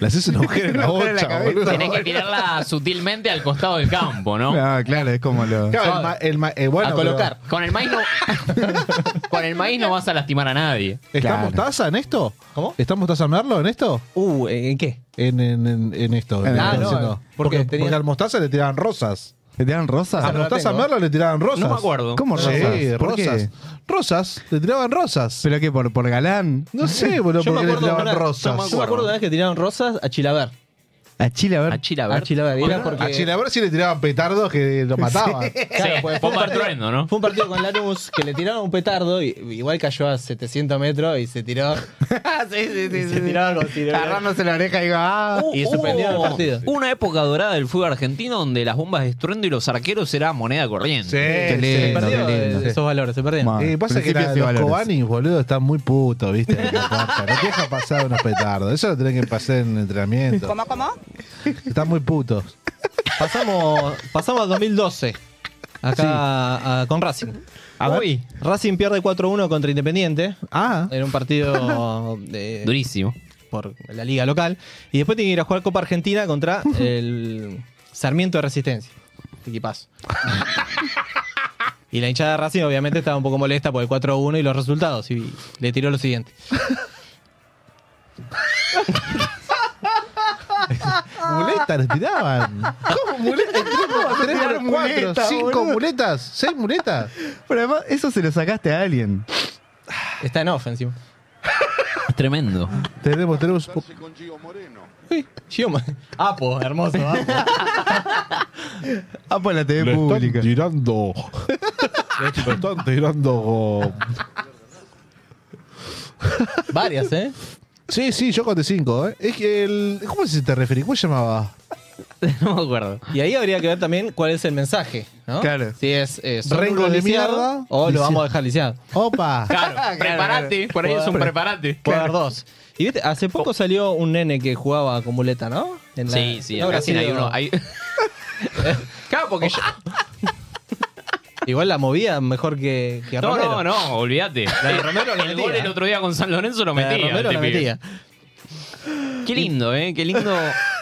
Speaker 7: le haces un agujero en la
Speaker 2: [LAUGHS] Un agujero en la
Speaker 7: bocha,
Speaker 2: cabeza.
Speaker 7: boludo.
Speaker 1: Tenés que tirarla sutilmente al costado del campo, ¿no?
Speaker 4: Ah, claro, es como lo.
Speaker 7: Claro, el ma- el ma- eh, bueno,
Speaker 1: a colocar. Con el maíz no.
Speaker 7: [LAUGHS]
Speaker 1: con el maíz no vas a lastimar a nadie.
Speaker 7: pero, ¿Está mostaza en esto?
Speaker 2: ¿Cómo?
Speaker 7: ¿Está mostaza Merlo en esto?
Speaker 2: Uh, ¿en qué?
Speaker 7: En, en, en, en esto. lo
Speaker 2: Ah,
Speaker 7: que están
Speaker 2: no,
Speaker 7: haciendo.
Speaker 2: eh, porque
Speaker 7: porque,
Speaker 2: tenía-
Speaker 7: porque al mostaza le tiraban rosas.
Speaker 4: ¿Le tiraban rosas?
Speaker 7: Ah, A mostaza Merlo le tiraban rosas.
Speaker 1: No me acuerdo.
Speaker 4: ¿Cómo
Speaker 7: Sí,
Speaker 4: rosas? ¿Por qué?
Speaker 7: rosas. Eh. Rosas, le tiraban rosas.
Speaker 4: ¿Pero qué? ¿Por, por galán?
Speaker 7: No
Speaker 4: [LAUGHS]
Speaker 7: sé, boludo,
Speaker 2: Yo me
Speaker 7: porque le
Speaker 2: acuerdo de
Speaker 7: tiraban
Speaker 2: una-
Speaker 7: rosas.
Speaker 2: Yo me acuerdo de una vez que tiraron rosas a Chilaver.
Speaker 4: A Chile, a ver.
Speaker 1: A Chilaver.
Speaker 2: A Chilaver. y Era porque.
Speaker 7: A Chilaver sí le tiraban petardos que
Speaker 4: [LAUGHS]
Speaker 7: lo mataban.
Speaker 2: Claro,
Speaker 1: Sí, fue
Speaker 2: porque fue,
Speaker 1: un
Speaker 2: un partido,
Speaker 1: trueno, ¿no?
Speaker 2: fue un partido con Lanús que le tiraron un petardo y igual cayó a 700 metros y se tiró.
Speaker 4: Ah, sí, sí,
Speaker 2: y se tiró algo, tiró-
Speaker 4: Agarrándose la oreja y digo, ah.
Speaker 1: Hubo-
Speaker 2: Y suspendieron el
Speaker 1: hubo
Speaker 2: partido.
Speaker 1: Una época dorada del fútbol argentino donde las bombas de estruendo y los arqueros era moneda corriente.
Speaker 7: Sí, sí.
Speaker 2: Se perdió
Speaker 4: qué lindo.
Speaker 2: eh, esos valores, se perdieron.
Speaker 4: Ma.
Speaker 7: Y Eh, pasa que la-
Speaker 4: Principios y
Speaker 7: los
Speaker 4: valores.
Speaker 7: cobanis, boludo, están muy putos, ¿viste? En la cancha. No te deja pasar unos petardos. Eso lo tienen que pasar en entrenamiento. ¿Cómo, cómo? Están muy putos.
Speaker 2: Pasamos, pasamos a 2012. Acá a- con Racing.
Speaker 1: Uy,
Speaker 2: Racing pierde 4-1 contra Independiente.
Speaker 7: Ah,
Speaker 2: Era un partido
Speaker 1: Eh,
Speaker 2: de-
Speaker 1: durísimo.
Speaker 2: por la liga local. Y después tiene que ir a jugar Copa Argentina contra el Sarmiento de Resistencia. Equipazo. Y la hinchada de Racing obviamente estaba un poco molesta por el 4-1 y los resultados. Y le tiró lo siguiente.
Speaker 7: Muletas les tiraban. ¿Cómo muletas? Tres, tres,
Speaker 4: Tiraron
Speaker 7: cuatro,
Speaker 4: muletas,
Speaker 7: cinco
Speaker 4: boludo.
Speaker 7: muletas, seis muletas.
Speaker 4: Pero además, eso se lo sacaste a alguien.
Speaker 2: Está en off encima.
Speaker 1: Tremendo.
Speaker 7: Tenemos, tenemos.
Speaker 2: Uy, Gioma. Apo, hermoso. Apo.
Speaker 4: Ah,
Speaker 7: pues
Speaker 4: por la TV
Speaker 7: Lo
Speaker 4: pública.
Speaker 1: [LAUGHS]
Speaker 7: tirando. Lo están tirando.
Speaker 2: Varias, ¿eh?
Speaker 7: Sí, sí, yo conté cinco, ¿eh? Es que el. ¿Cómo se te referís? ¿Cómo se llamaba?
Speaker 1: [LAUGHS] no me acuerdo.
Speaker 2: Y ahí habría que ver también cuál es el mensaje, ¿no?
Speaker 4: Claro.
Speaker 2: Si es eh, son
Speaker 7: Rengo
Speaker 2: un
Speaker 7: de
Speaker 2: lisiado
Speaker 7: mierda.
Speaker 2: o lo
Speaker 7: Lisiado.
Speaker 2: vamos a dejar lisiado.
Speaker 7: Opa.
Speaker 1: Claro, preparate. Por ahí es un preparate.
Speaker 2: Puede haber dos. Y viste, hace poco salió un nene que jugaba con muleta, ¿no? En la-
Speaker 1: Sí, sí,
Speaker 2: ¿no
Speaker 1: en
Speaker 2: habrá
Speaker 1: Racing
Speaker 2: sido-
Speaker 1: hay uno. hay- claro,
Speaker 2: Oh,
Speaker 1: porque yo-
Speaker 2: [LAUGHS] Igual la movía mejor que, que
Speaker 1: No,
Speaker 2: Romero.
Speaker 1: no, no, olvídate.
Speaker 2: [LAUGHS] La de Romero la
Speaker 1: el
Speaker 2: metía,
Speaker 1: gol
Speaker 2: ¿eh?
Speaker 1: el otro día con San Lorenzo lo
Speaker 2: La de
Speaker 1: metía.
Speaker 2: Romero
Speaker 1: este
Speaker 2: la
Speaker 1: pibe.
Speaker 2: metía.
Speaker 1: Qué lindo, ¿eh? Qué
Speaker 2: [LAUGHS]
Speaker 1: lindo.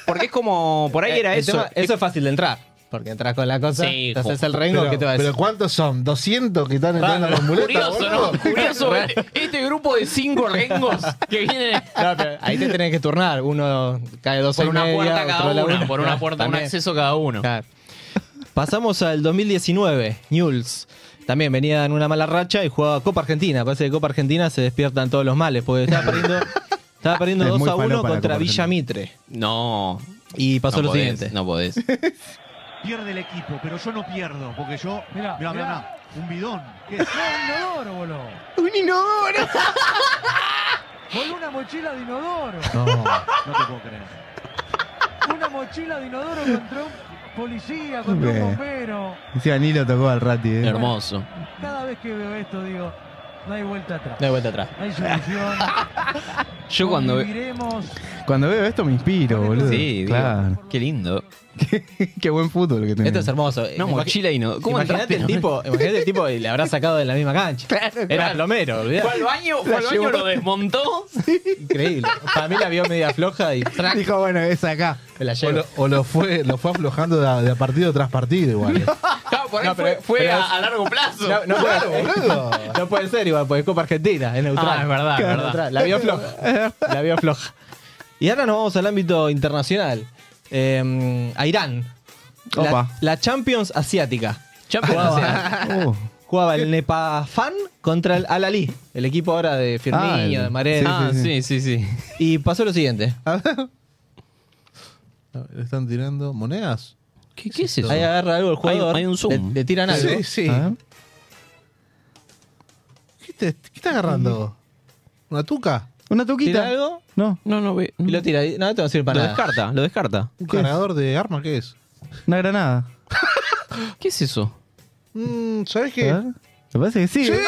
Speaker 1: Porque es como. Por ahí era
Speaker 2: El
Speaker 1: eso.
Speaker 2: tema- Eh, eso es fácil de entrar. Porque entras con la cosa,
Speaker 1: Sí,
Speaker 2: te haces
Speaker 1: hijo.
Speaker 2: el rengo
Speaker 7: pero,
Speaker 2: que te va a decir.
Speaker 7: pero ¿cuántos son? ¿200 que están entrando con muletas?
Speaker 1: Curioso,
Speaker 7: boludo?
Speaker 1: ¿no? Curioso. este, este grupo de cinco rengos que viene
Speaker 2: [LAUGHS] No, pero ahí te tenés que turnar. Uno cae dos
Speaker 1: por
Speaker 2: y
Speaker 1: una
Speaker 2: media,
Speaker 1: puerta
Speaker 2: otro
Speaker 1: cada
Speaker 2: la
Speaker 1: uno, por una
Speaker 2: Claro,
Speaker 1: puerta, un
Speaker 2: también.
Speaker 1: acceso cada uno.
Speaker 2: Claro. Pasamos al 2019, Newells. También venía en una mala racha y jugaba Copa Argentina. Parece que Copa Argentina se despiertan todos los males, porque estaba
Speaker 4: [LAUGHS]
Speaker 2: perdiendo, estaba perdiendo
Speaker 4: Es
Speaker 2: 2
Speaker 4: muy
Speaker 2: a 1
Speaker 4: falopa la
Speaker 2: contra
Speaker 4: Copa
Speaker 2: Villa
Speaker 4: Argentina.
Speaker 2: Mitre.
Speaker 1: No.
Speaker 2: Y pasó
Speaker 1: no
Speaker 2: lo
Speaker 1: podés,
Speaker 2: siguiente.
Speaker 1: No podés.
Speaker 17: [LAUGHS] Pierde el equipo, pero yo no pierdo, porque yo. Mirá, mirá, mirá, un bidón. ¿Qué es? un inodoro, boludo.
Speaker 4: ¡Un inodoro!
Speaker 17: [LAUGHS] Con una mochila de inodoro.
Speaker 2: No.
Speaker 17: No te puedo creer. Una mochila de inodoro contra un policía, contra un
Speaker 4: Bien.
Speaker 17: bombero.
Speaker 4: Encima ni lo tocó al Rati, eh.
Speaker 1: Hermoso.
Speaker 17: Cada vez que veo esto digo,
Speaker 14: No hay vuelta atrás.
Speaker 2: No hay vuelta atrás.
Speaker 14: No hay
Speaker 2: [LAUGHS]
Speaker 14: solución.
Speaker 1: Yo cuando ve-
Speaker 14: Viviremos.
Speaker 4: Cuando veo esto me inspiro, boludo.
Speaker 1: Sí,
Speaker 4: claro.
Speaker 1: digo, Qué lindo.
Speaker 4: [LAUGHS] Qué buen fútbol que tenés.
Speaker 2: Esto es hermoso.
Speaker 1: No,
Speaker 2: Imagi-
Speaker 1: mochila y no. ¿Cómo
Speaker 2: Imaginate
Speaker 1: entraste?
Speaker 2: el tipo, imaginate el tipo y le habrá sacado de la misma cancha. Era
Speaker 1: claro.
Speaker 2: plomero, olvidate.
Speaker 1: Fue al baño, fue
Speaker 2: La
Speaker 1: al baño,
Speaker 2: llevó.
Speaker 1: lo desmontó.
Speaker 2: Increíble. Para mí la vio media floja y ¡trac!
Speaker 4: Dijo, bueno, eh". es acá.
Speaker 2: me la llevo.
Speaker 7: O lo, o lo fue, lo fue aflojando de, a- de a partido tras partido igual. ¿eh?
Speaker 1: Claro, Ah, por ahí
Speaker 2: No,
Speaker 1: fue,
Speaker 2: pero-
Speaker 1: fue
Speaker 2: pero
Speaker 1: a,
Speaker 2: es-
Speaker 1: a largo plazo.
Speaker 2: No, no
Speaker 7: Claro,
Speaker 2: puede,
Speaker 7: boludo.
Speaker 2: no puede ser igual, porque es Copa Argentina, es neutral.
Speaker 1: Ah, es verdad, es verdad.
Speaker 2: neutral. La vio floja. La vio floja. Y ahora nos vamos al ámbito internacional. Eh, a Irán. La,
Speaker 4: Opa.
Speaker 2: la Champions Asiática.
Speaker 1: Champions Asiática.
Speaker 4: Uh,
Speaker 2: Jugaba el Nepafan contra el Al-Ali, el equipo ahora de Firmino,
Speaker 4: Ah, el-
Speaker 2: de Maré.
Speaker 1: Ah, sí, sí, sí.
Speaker 2: Y pasó lo siguiente.
Speaker 7: A ver, están tirando monedas.
Speaker 1: ¿Qué, qué es eso?
Speaker 2: Ahí agarra algo el jugador.
Speaker 1: hay un zoom.
Speaker 2: Le, le tiran algo.
Speaker 7: Sí, sí.
Speaker 4: a ver.
Speaker 7: ¿Qué, te, qué está agarrando? ¿Una tuca?
Speaker 4: Una
Speaker 2: Tira
Speaker 4: tuquita.
Speaker 2: algo
Speaker 4: No,
Speaker 1: No, no, ve-
Speaker 2: y lo tira. Y- No, esto no sirve
Speaker 1: Lo
Speaker 2: para nada.
Speaker 1: descarta, lo descarta.
Speaker 7: ¿Un
Speaker 4: ¿Qué es?
Speaker 7: cargador de arma qué es?
Speaker 4: una granada.
Speaker 1: [LAUGHS] ¿Qué es eso?
Speaker 7: Mm, ¿Sabes
Speaker 4: A
Speaker 7: qué?
Speaker 4: ver. Me parece que sí. ¿eh?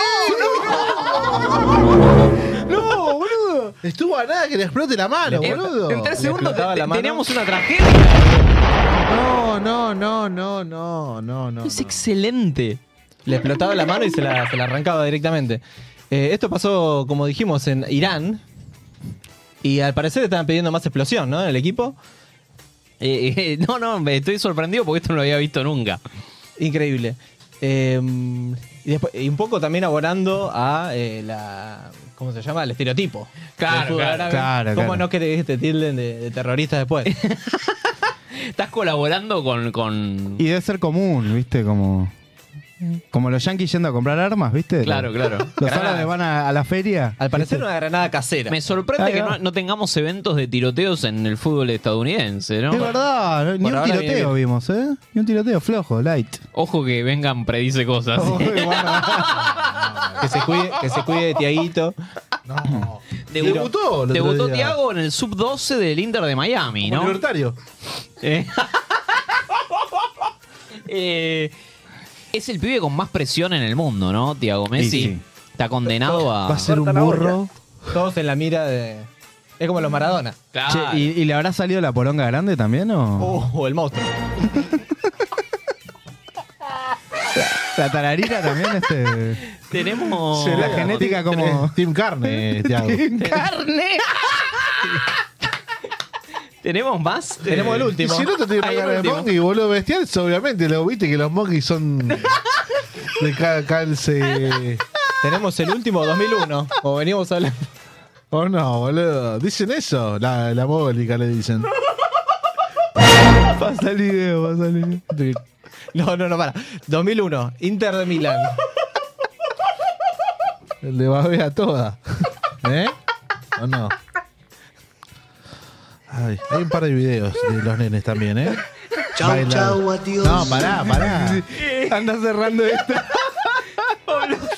Speaker 7: ¡No, boludo! Estuvo a nada que le explote la mano, boludo.
Speaker 1: En tres
Speaker 2: Le
Speaker 1: segundos
Speaker 2: explotaba
Speaker 1: te-
Speaker 2: la mano.
Speaker 1: teníamos una tragedia.
Speaker 7: No, no, no, no, no, no, no.
Speaker 1: es
Speaker 7: no.
Speaker 1: excelente.
Speaker 2: Le explotaba la mano y se la, se la arrancaba directamente. Eh, esto pasó, como dijimos, en Irán. Y al parecer estaban pidiendo más explosión, ¿no? En el equipo.
Speaker 1: Eh, eh, no, no, me estoy sorprendido porque esto no lo había visto nunca.
Speaker 2: Increíble. Eh, y, después- y un poco también abonando a eh, la. ¿Cómo se llama? El estereotipo.
Speaker 1: Claro,
Speaker 2: del fútbol
Speaker 1: claro,
Speaker 2: árabe.
Speaker 4: claro,
Speaker 2: ¿Cómo
Speaker 4: claro.
Speaker 2: no querés que te tilden de, de
Speaker 1: [LAUGHS]
Speaker 2: terrorista después?
Speaker 1: Estás colaborando con. con...
Speaker 4: Y debe ser común, ¿viste? Como. Como los yanquis yendo a comprar armas, ¿viste?
Speaker 1: Claro, claro.
Speaker 4: Los
Speaker 1: Granadas.
Speaker 4: árabes van a, a la feria.
Speaker 2: Al parecer una granada casera.
Speaker 1: Me sorprende
Speaker 4: Ahí
Speaker 1: que
Speaker 4: va.
Speaker 1: no, no tengamos eventos de tiroteos en el fútbol estadounidense, ¿no?
Speaker 4: es verdad, ni
Speaker 2: por
Speaker 4: un
Speaker 2: ahora
Speaker 4: tiroteo
Speaker 2: viene bien.
Speaker 4: vimos, ¿eh? Ni un tiroteo flojo, light.
Speaker 1: Ojo que vengan, predice cosas.
Speaker 2: [LAUGHS]
Speaker 4: Uy, bueno.
Speaker 2: Que se cuide, que se cuide de Tiaguito.
Speaker 7: No.
Speaker 1: Debutó-
Speaker 7: Debutó el otro
Speaker 1: Debutó
Speaker 7: día.
Speaker 1: Tiago en el sub-12 del Inter de Miami, ¿no?
Speaker 7: Libertario.
Speaker 1: Eh. [LAUGHS] Eh, es el pibe con más presión en el mundo, ¿no? Tiago Messi
Speaker 4: Y sí.
Speaker 1: está condenado a.
Speaker 4: Va a ser un burro.
Speaker 2: Todos en la mira de. Es como los Maradona.
Speaker 1: Claro.
Speaker 4: Che, ¿y, y le habrá salido la poronga grande también o?
Speaker 2: Oh, el monstruo.
Speaker 4: [LAUGHS] La tararita también,
Speaker 7: [LAUGHS]
Speaker 4: este.
Speaker 1: Tenemos.
Speaker 4: la genética como.
Speaker 7: Team Carne, Tiago.
Speaker 1: ¡Carne! [LAUGHS] ¿Tenemos más?
Speaker 2: Tenemos el
Speaker 7: Y
Speaker 2: último.
Speaker 7: si no te estoy
Speaker 1: Ahí
Speaker 7: pegando
Speaker 1: el
Speaker 7: el
Speaker 1: último.
Speaker 7: monkey, boludo bestial, obviamente. Lo viste que los monkeys son de cada calce.
Speaker 2: Tenemos el último 2001, como veníamos hablando.
Speaker 7: Oh no, boludo. Dicen eso. La, la móvilica le dicen.
Speaker 4: Pasa el video, pasa el video.
Speaker 2: No, no, no, para. 2001, Inter de Milán.
Speaker 7: Le va a ver a toda. ¿Eh? ¿O no? Ay, hay un par de videos de los nenes también, ¿eh? [LAUGHS] Chau, chau, adiós. No, pará, pará.
Speaker 4: Anda cerrando esto.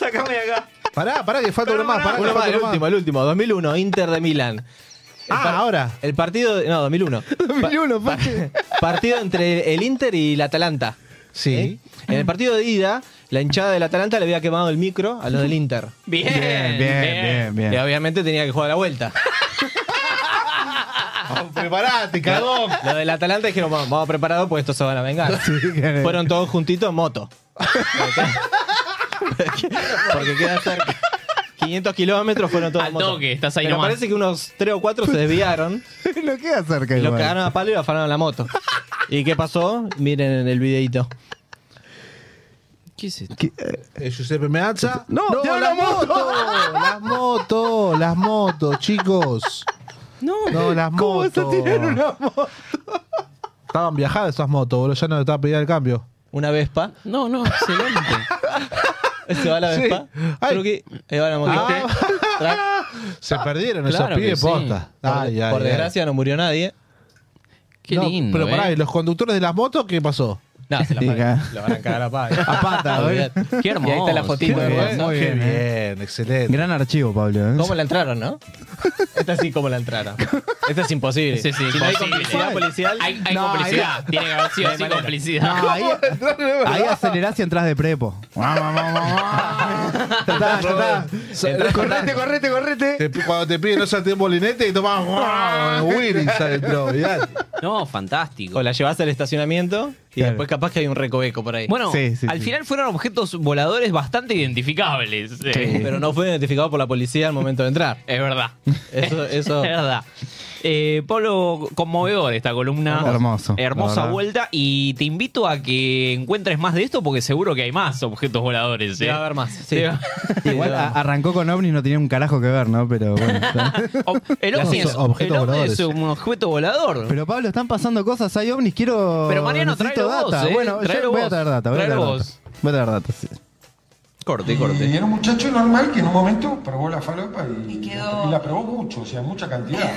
Speaker 1: Sácame acá.
Speaker 7: Pará, pará, que falta uno más. Pará, que
Speaker 2: Uno más,
Speaker 7: falta
Speaker 2: el
Speaker 7: uno más.
Speaker 2: último, el último. 2001, Inter de Milán.
Speaker 7: Ah, ahora.
Speaker 2: El partido. de- No,
Speaker 7: [LAUGHS]
Speaker 2: 2001.
Speaker 4: 2001,
Speaker 2: Pa- pa- [LAUGHS] partido entre el Inter y el Atalanta.
Speaker 7: Sí.
Speaker 2: ¿eh? En el partido de ida, la hinchada del Atalanta le había quemado el micro a los del Inter.
Speaker 1: Bien,
Speaker 4: Bien, bien, bien,
Speaker 2: Y
Speaker 4: bien.
Speaker 2: obviamente tenía que jugar la
Speaker 7: [LAUGHS]
Speaker 2: vuelta.
Speaker 7: Preparate, cagón.
Speaker 2: Los del Atalanta dijeron, vamos, vamos preparados porque estos se van a vengar.
Speaker 7: Eh.
Speaker 2: Fueron todos juntitos en moto. Porque queda cerca. 500 kilómetros fueron todos
Speaker 1: Al
Speaker 2: en moto.
Speaker 1: toque, estás ahí
Speaker 2: Pero
Speaker 1: nomás.
Speaker 2: parece que unos 3 o 4 se desviaron,
Speaker 4: no queda cerca
Speaker 2: lo
Speaker 4: igual.
Speaker 2: cagaron a palo y lo afanaron la moto. ¿Y qué pasó? Miren en el videito.
Speaker 1: ¿Qué es esto?
Speaker 7: Eh, Giuseppe Meazza.
Speaker 4: No, tiró la
Speaker 7: las motos. Las motos, las motos, chicos.
Speaker 1: No.
Speaker 7: No, las
Speaker 4: ¿Cómo vas
Speaker 7: motos.
Speaker 4: a tirar una moto?
Speaker 7: Estaban viajadas esas motos, boludo. Ya no estaba pedida el cambio.
Speaker 2: Una Vespa. [LAUGHS]
Speaker 1: No, no, excelente.
Speaker 2: Se va la
Speaker 7: Sí.
Speaker 2: Vespa.
Speaker 7: Ay. Ah.
Speaker 2: Truqui. Ahí va la moto. Track.
Speaker 7: Se perdieron
Speaker 1: Claro
Speaker 7: esos
Speaker 1: que
Speaker 7: pibes
Speaker 1: sí.
Speaker 7: posta. Ay, ay,
Speaker 2: Por
Speaker 7: ay.
Speaker 2: desgracia no murió nadie.
Speaker 1: Qué
Speaker 7: No,
Speaker 1: lindo.
Speaker 7: Pero pará,
Speaker 1: eh.
Speaker 7: ¿y los conductores de las motos qué pasó?
Speaker 2: No, se la
Speaker 4: Sí,
Speaker 2: pagan.
Speaker 4: acá.
Speaker 2: Lo van a
Speaker 7: [LAUGHS]
Speaker 2: cagar a palo.
Speaker 4: A pata, ¿eh?
Speaker 2: Olvidate.
Speaker 1: Qué hermoso.
Speaker 2: Y ahí está la fotito
Speaker 1: Qué
Speaker 2: de
Speaker 1: bueno.
Speaker 2: WhatsApp.
Speaker 4: Muy
Speaker 7: Qué
Speaker 4: bien, eh.
Speaker 7: bien, excelente.
Speaker 4: Gran archivo, Pablo. ¿eh?
Speaker 2: ¿Cómo la entraron, no? Esta sí, como la entraron. Esta es imposible.
Speaker 1: Sí, sí,
Speaker 2: si no hay
Speaker 1: imposible.
Speaker 2: complicidad policial.
Speaker 1: Hay, hay
Speaker 4: No,
Speaker 1: complicidad. Tiene que haber sido así
Speaker 7: [LAUGHS]
Speaker 1: complicidad.
Speaker 4: No, ahí, ahí acelerás y entras de prepo. Vamos, vamos, vamos. está, ya está. Correte, correte, correte.
Speaker 7: Te- cuando te piden no salté un bolinete y [LAUGHS] tomas ¡guau! Willy Ah, sale el pro, olvidate.
Speaker 1: No, fantástico.
Speaker 2: O la llevas al estacionamiento y
Speaker 1: Claro.
Speaker 2: después capaz que hay un recoveco por ahí.
Speaker 1: Bueno, al final fueron objetos voladores bastante identificables. eh.
Speaker 2: Sí, pero no fue identificado por la policía al momento de entrar.
Speaker 1: Es verdad.
Speaker 2: Eso, eso.
Speaker 1: Es verdad. Eh, Pablo, conmovedor esta columna.
Speaker 4: Hermoso. La
Speaker 1: Hermosa
Speaker 4: verdad.
Speaker 1: vuelta. Y te invito a que encuentres más de esto porque seguro que hay más objetos voladores.
Speaker 2: Debe
Speaker 1: eh.
Speaker 2: haber más. sí. [LAUGHS]
Speaker 1: Debe-
Speaker 4: [LAUGHS] Igual ah, a- arrancó con ovnis, no tenía un carajo que ver, ¿no? Pero
Speaker 1: [LAUGHS]
Speaker 4: bueno. está.
Speaker 1: El ovni
Speaker 4: Los
Speaker 1: es,
Speaker 4: objetos
Speaker 1: el ovni
Speaker 4: voladores.
Speaker 1: es un objeto volador.
Speaker 4: Pero Pablo, están pasando cosas, hay ovnis, quiero.
Speaker 1: Pero, Mariano,
Speaker 4: necesito
Speaker 1: tráelo vos,
Speaker 4: data.
Speaker 1: ¿eh?
Speaker 4: Bueno,
Speaker 1: Tráelo
Speaker 4: yo voy a
Speaker 1: vos.
Speaker 4: traer data, voy a traer
Speaker 1: Tráelo
Speaker 4: data.
Speaker 1: vos.
Speaker 4: Voy a traer data, sí.
Speaker 1: Corte, corte.
Speaker 18: Era un muchacho normal que en un momento probó la falopa y, y la probó mucho, o sea, mucha cantidad.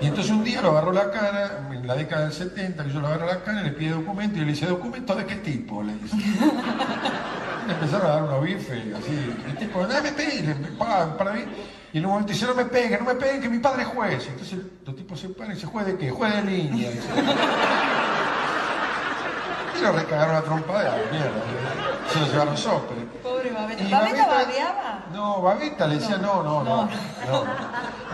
Speaker 18: Y entonces un día lo agarró la cara, en la década del 70, que yo lo agarro la cara, le pide documento y le dice, ¿documento de qué tipo? Le dice. Le empezaron a dar unos bifes, así, el tipo, no me pegue, para, para mí. Y en un momento dice, no me peguen, no me peguen, que mi padre es juez. Entonces los tipos se paran y dicen, ¿juez de qué? Juez de línea. dice. Y lo recagaron a trompada, la mierda. Se lo llevaron sopre.
Speaker 19: Pobre Babeta.
Speaker 18: Y
Speaker 19: ¿Babeta
Speaker 18: Babeta-
Speaker 19: babeaba?
Speaker 18: No, Babita le decía, no, no, no. No,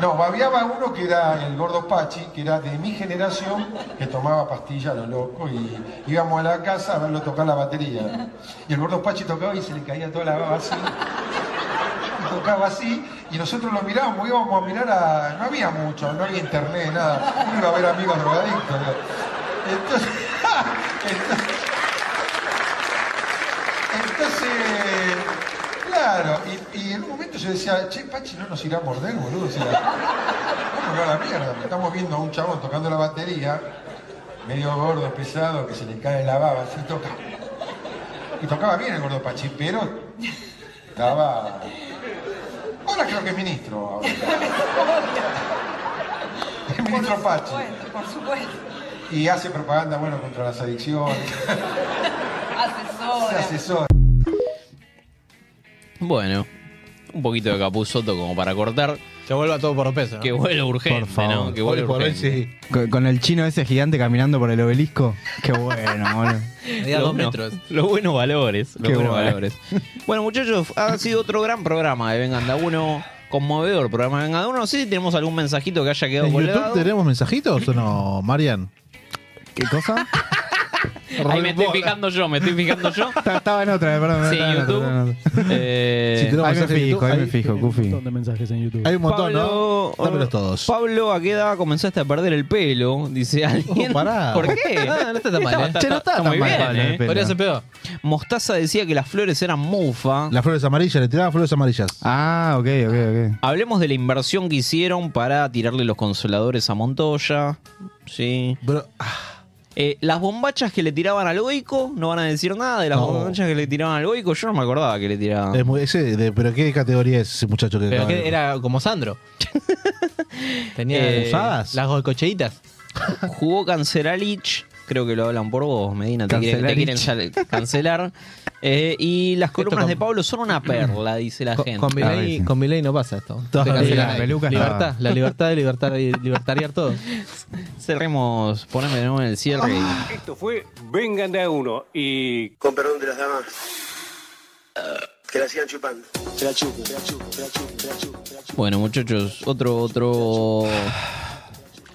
Speaker 18: No, babeaba uno que era el gordo Pachi, que era de mi generación, que tomaba pastillas a lo loco y íbamos a la casa a verlo tocar la batería. Y el gordo Pachi tocaba y se le caía toda la baba así. Y tocaba así y nosotros lo mirábamos, íbamos a mirar a... No había mucho, no había internet, nada. Uno iba a ver amigos drogadictos. ¿no? Entonces... [LAUGHS] Entonces, claro, y, y en un momento yo decía, che, Pachi, no nos irá a morder, boludo. O sea, ¿cómo va la mierda? Estamos viendo a un chabón tocando la batería, medio gordo, pesado, que se le cae la baba, así toca. Y tocaba bien el gordo Pachi, pero estaba... Ahora creo que es ministro. ahora. Es ministro Pachi.
Speaker 19: Bueno, por supuesto.
Speaker 18: Y hace propaganda, bueno, contra las adicciones. Se
Speaker 19: Asesora.
Speaker 18: asesora.
Speaker 1: Bueno, un poquito de capuzoto como para cortar.
Speaker 2: Que vuelva todo por peso.
Speaker 1: Que vuelva urgente,
Speaker 4: Por favor.
Speaker 1: ¿no? Que vuelva
Speaker 4: Hoy por hoy,
Speaker 1: urgente.
Speaker 4: Con, con el chino ese gigante caminando por el obelisco. Qué bueno, boludo.
Speaker 1: Los buenos- Los buenos valores. Los
Speaker 4: Qué
Speaker 1: buenos
Speaker 4: bueno.
Speaker 1: valores. [LAUGHS] Bueno, muchachos, ha sido otro gran programa de Vengan de a Uno. Conmovedor programa de Vengan de a Uno. No sé si tenemos algún mensajito que haya quedado
Speaker 7: ¿En
Speaker 1: colgado.
Speaker 7: YouTube tenemos mensajitos o no, Marian?
Speaker 4: ¿Qué cosa?
Speaker 1: Ahí me estoy fijando yo, me estoy fijando
Speaker 2: [LAUGHS]
Speaker 1: yo.
Speaker 4: Estaba en otra, perdón.
Speaker 1: Sí,
Speaker 4: estaba en otra,
Speaker 1: YouTube.
Speaker 4: estaba en otra.
Speaker 1: Eh,
Speaker 7: Si tenemos
Speaker 4: ahí me
Speaker 7: mensajes de
Speaker 4: fijo,
Speaker 7: YouTube,
Speaker 4: ahí me
Speaker 7: ahí-
Speaker 4: fijo, Cufi.
Speaker 5: montón de mensajes en YouTube.
Speaker 7: Hay un montón,
Speaker 1: Pablo,
Speaker 7: ¿no? Dámelos todos.
Speaker 1: Pablo, ¿a qué edad comenzaste a perder el pelo? Dice alguien.
Speaker 7: pará.
Speaker 1: ¿Por qué?
Speaker 2: Oh, [LAUGHS] Ah, no está tan mal, eh.
Speaker 1: está-
Speaker 2: Che, no está
Speaker 1: está
Speaker 2: tan
Speaker 1: muy
Speaker 2: mal,
Speaker 1: bien,
Speaker 2: Pablo,
Speaker 1: eh.
Speaker 2: el pelo. Podría ser peor.
Speaker 1: Mostaza decía que las flores eran mufa.
Speaker 7: Las flores amarillas, le tiraban flores amarillas.
Speaker 4: Ah, ok, ok, ok.
Speaker 1: Hablemos de la inversión que hicieron para tirarle los consoladores a Montoya. Sí.
Speaker 2: ah.
Speaker 1: Eh, las bombachas que le tiraban al Goico, no van a decir nada de las bombachas que le tiraban al Goico. Yo no me acordaba que le tiraban.
Speaker 7: Es muy- ese de- ¿Pero qué categoría es ese muchacho que
Speaker 2: Pero
Speaker 7: acaba de-
Speaker 2: que era
Speaker 7: [LAUGHS]
Speaker 2: como Sandro. Tenía
Speaker 1: Eh,
Speaker 2: usadas. Las golcocheitas.
Speaker 1: Jugó Cancelalich. Creo que lo hablan por vos, Medina. Te quieren, te quieren
Speaker 2: Cancelarich.
Speaker 1: sal- cancelar. Eh, y las columnas de Pablo son una perla, dice la gente.
Speaker 2: Con Milei, con Milei no pasa esto. Te
Speaker 1: Todavía,
Speaker 2: cancelan
Speaker 1: la
Speaker 2: ahí.
Speaker 1: peluca está-
Speaker 2: libertad, la libertad de libertar, libertariar todo.
Speaker 1: Cerremos, poneme de nuevo en el cierre. y-
Speaker 20: Esto fue Vengan de a uno y.
Speaker 21: Con perdón de las damas. Que la sigan chupando. Que la chupen, que la chupen, que la chupen, que la chupen.
Speaker 1: Bueno, muchachos, otro, otro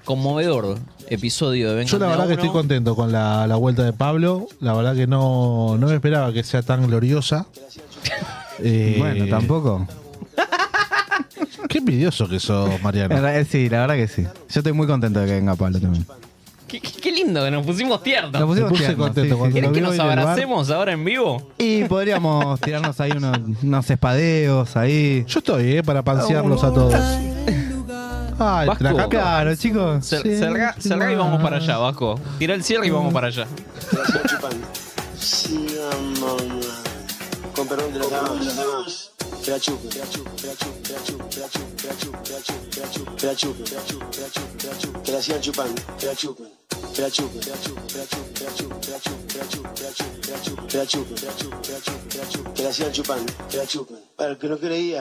Speaker 1: conmovedor episodio de Vengan
Speaker 7: Yo la
Speaker 1: de a
Speaker 7: verdad que
Speaker 1: Uno.
Speaker 7: estoy contento con la, la vuelta de Pablo. La verdad que no, no me esperaba que sea tan gloriosa. Eh,
Speaker 4: Bueno, tampoco.
Speaker 7: Qué envidioso que sos, Mariano.
Speaker 4: En realidad, Sí, la verdad que sí. Yo estoy muy contento de que venga Pablo también.
Speaker 1: Qué, qué- qué lindo que nos pusimos tiernos.
Speaker 4: Nos pusimos Me puse tiernos, contento sí, sí. cuando
Speaker 1: ¿Querés
Speaker 4: lo
Speaker 1: que
Speaker 4: vi
Speaker 1: nos
Speaker 4: hoy en el bar.
Speaker 1: abracemos ahora en vivo?
Speaker 4: Y podríamos tirarnos ahí unos, unos espadeos ahí.
Speaker 7: Yo estoy, ¿eh? Para pansearlos a todos. Ay,
Speaker 1: Vasco.
Speaker 7: la caca.
Speaker 4: Claro, chicos.
Speaker 1: Cer- cerrá- cerrá y vamos para allá, Vasco. Tira el cierre y vamos para allá.
Speaker 21: Que la sigan chupando. Sí, mamá. Con perdón de las damas. Que la chupen, que la chupen, que la chupen, que la chupen, que la chupen, que la chupen, que la chupen, que la chupen, que la chupen, que la chupen, que la chupen, que la chupen. Que la sigan chupando. Que la chupen. Que la chupen, que la chupen, que la chupen, que la chupen, que la chupen, que la chupen, que la chupen, que la chupen, que la chupen, que la chupen, que la chupen, que la chupen. Que la sigan chupando. Que la chupen. Para el que no creía.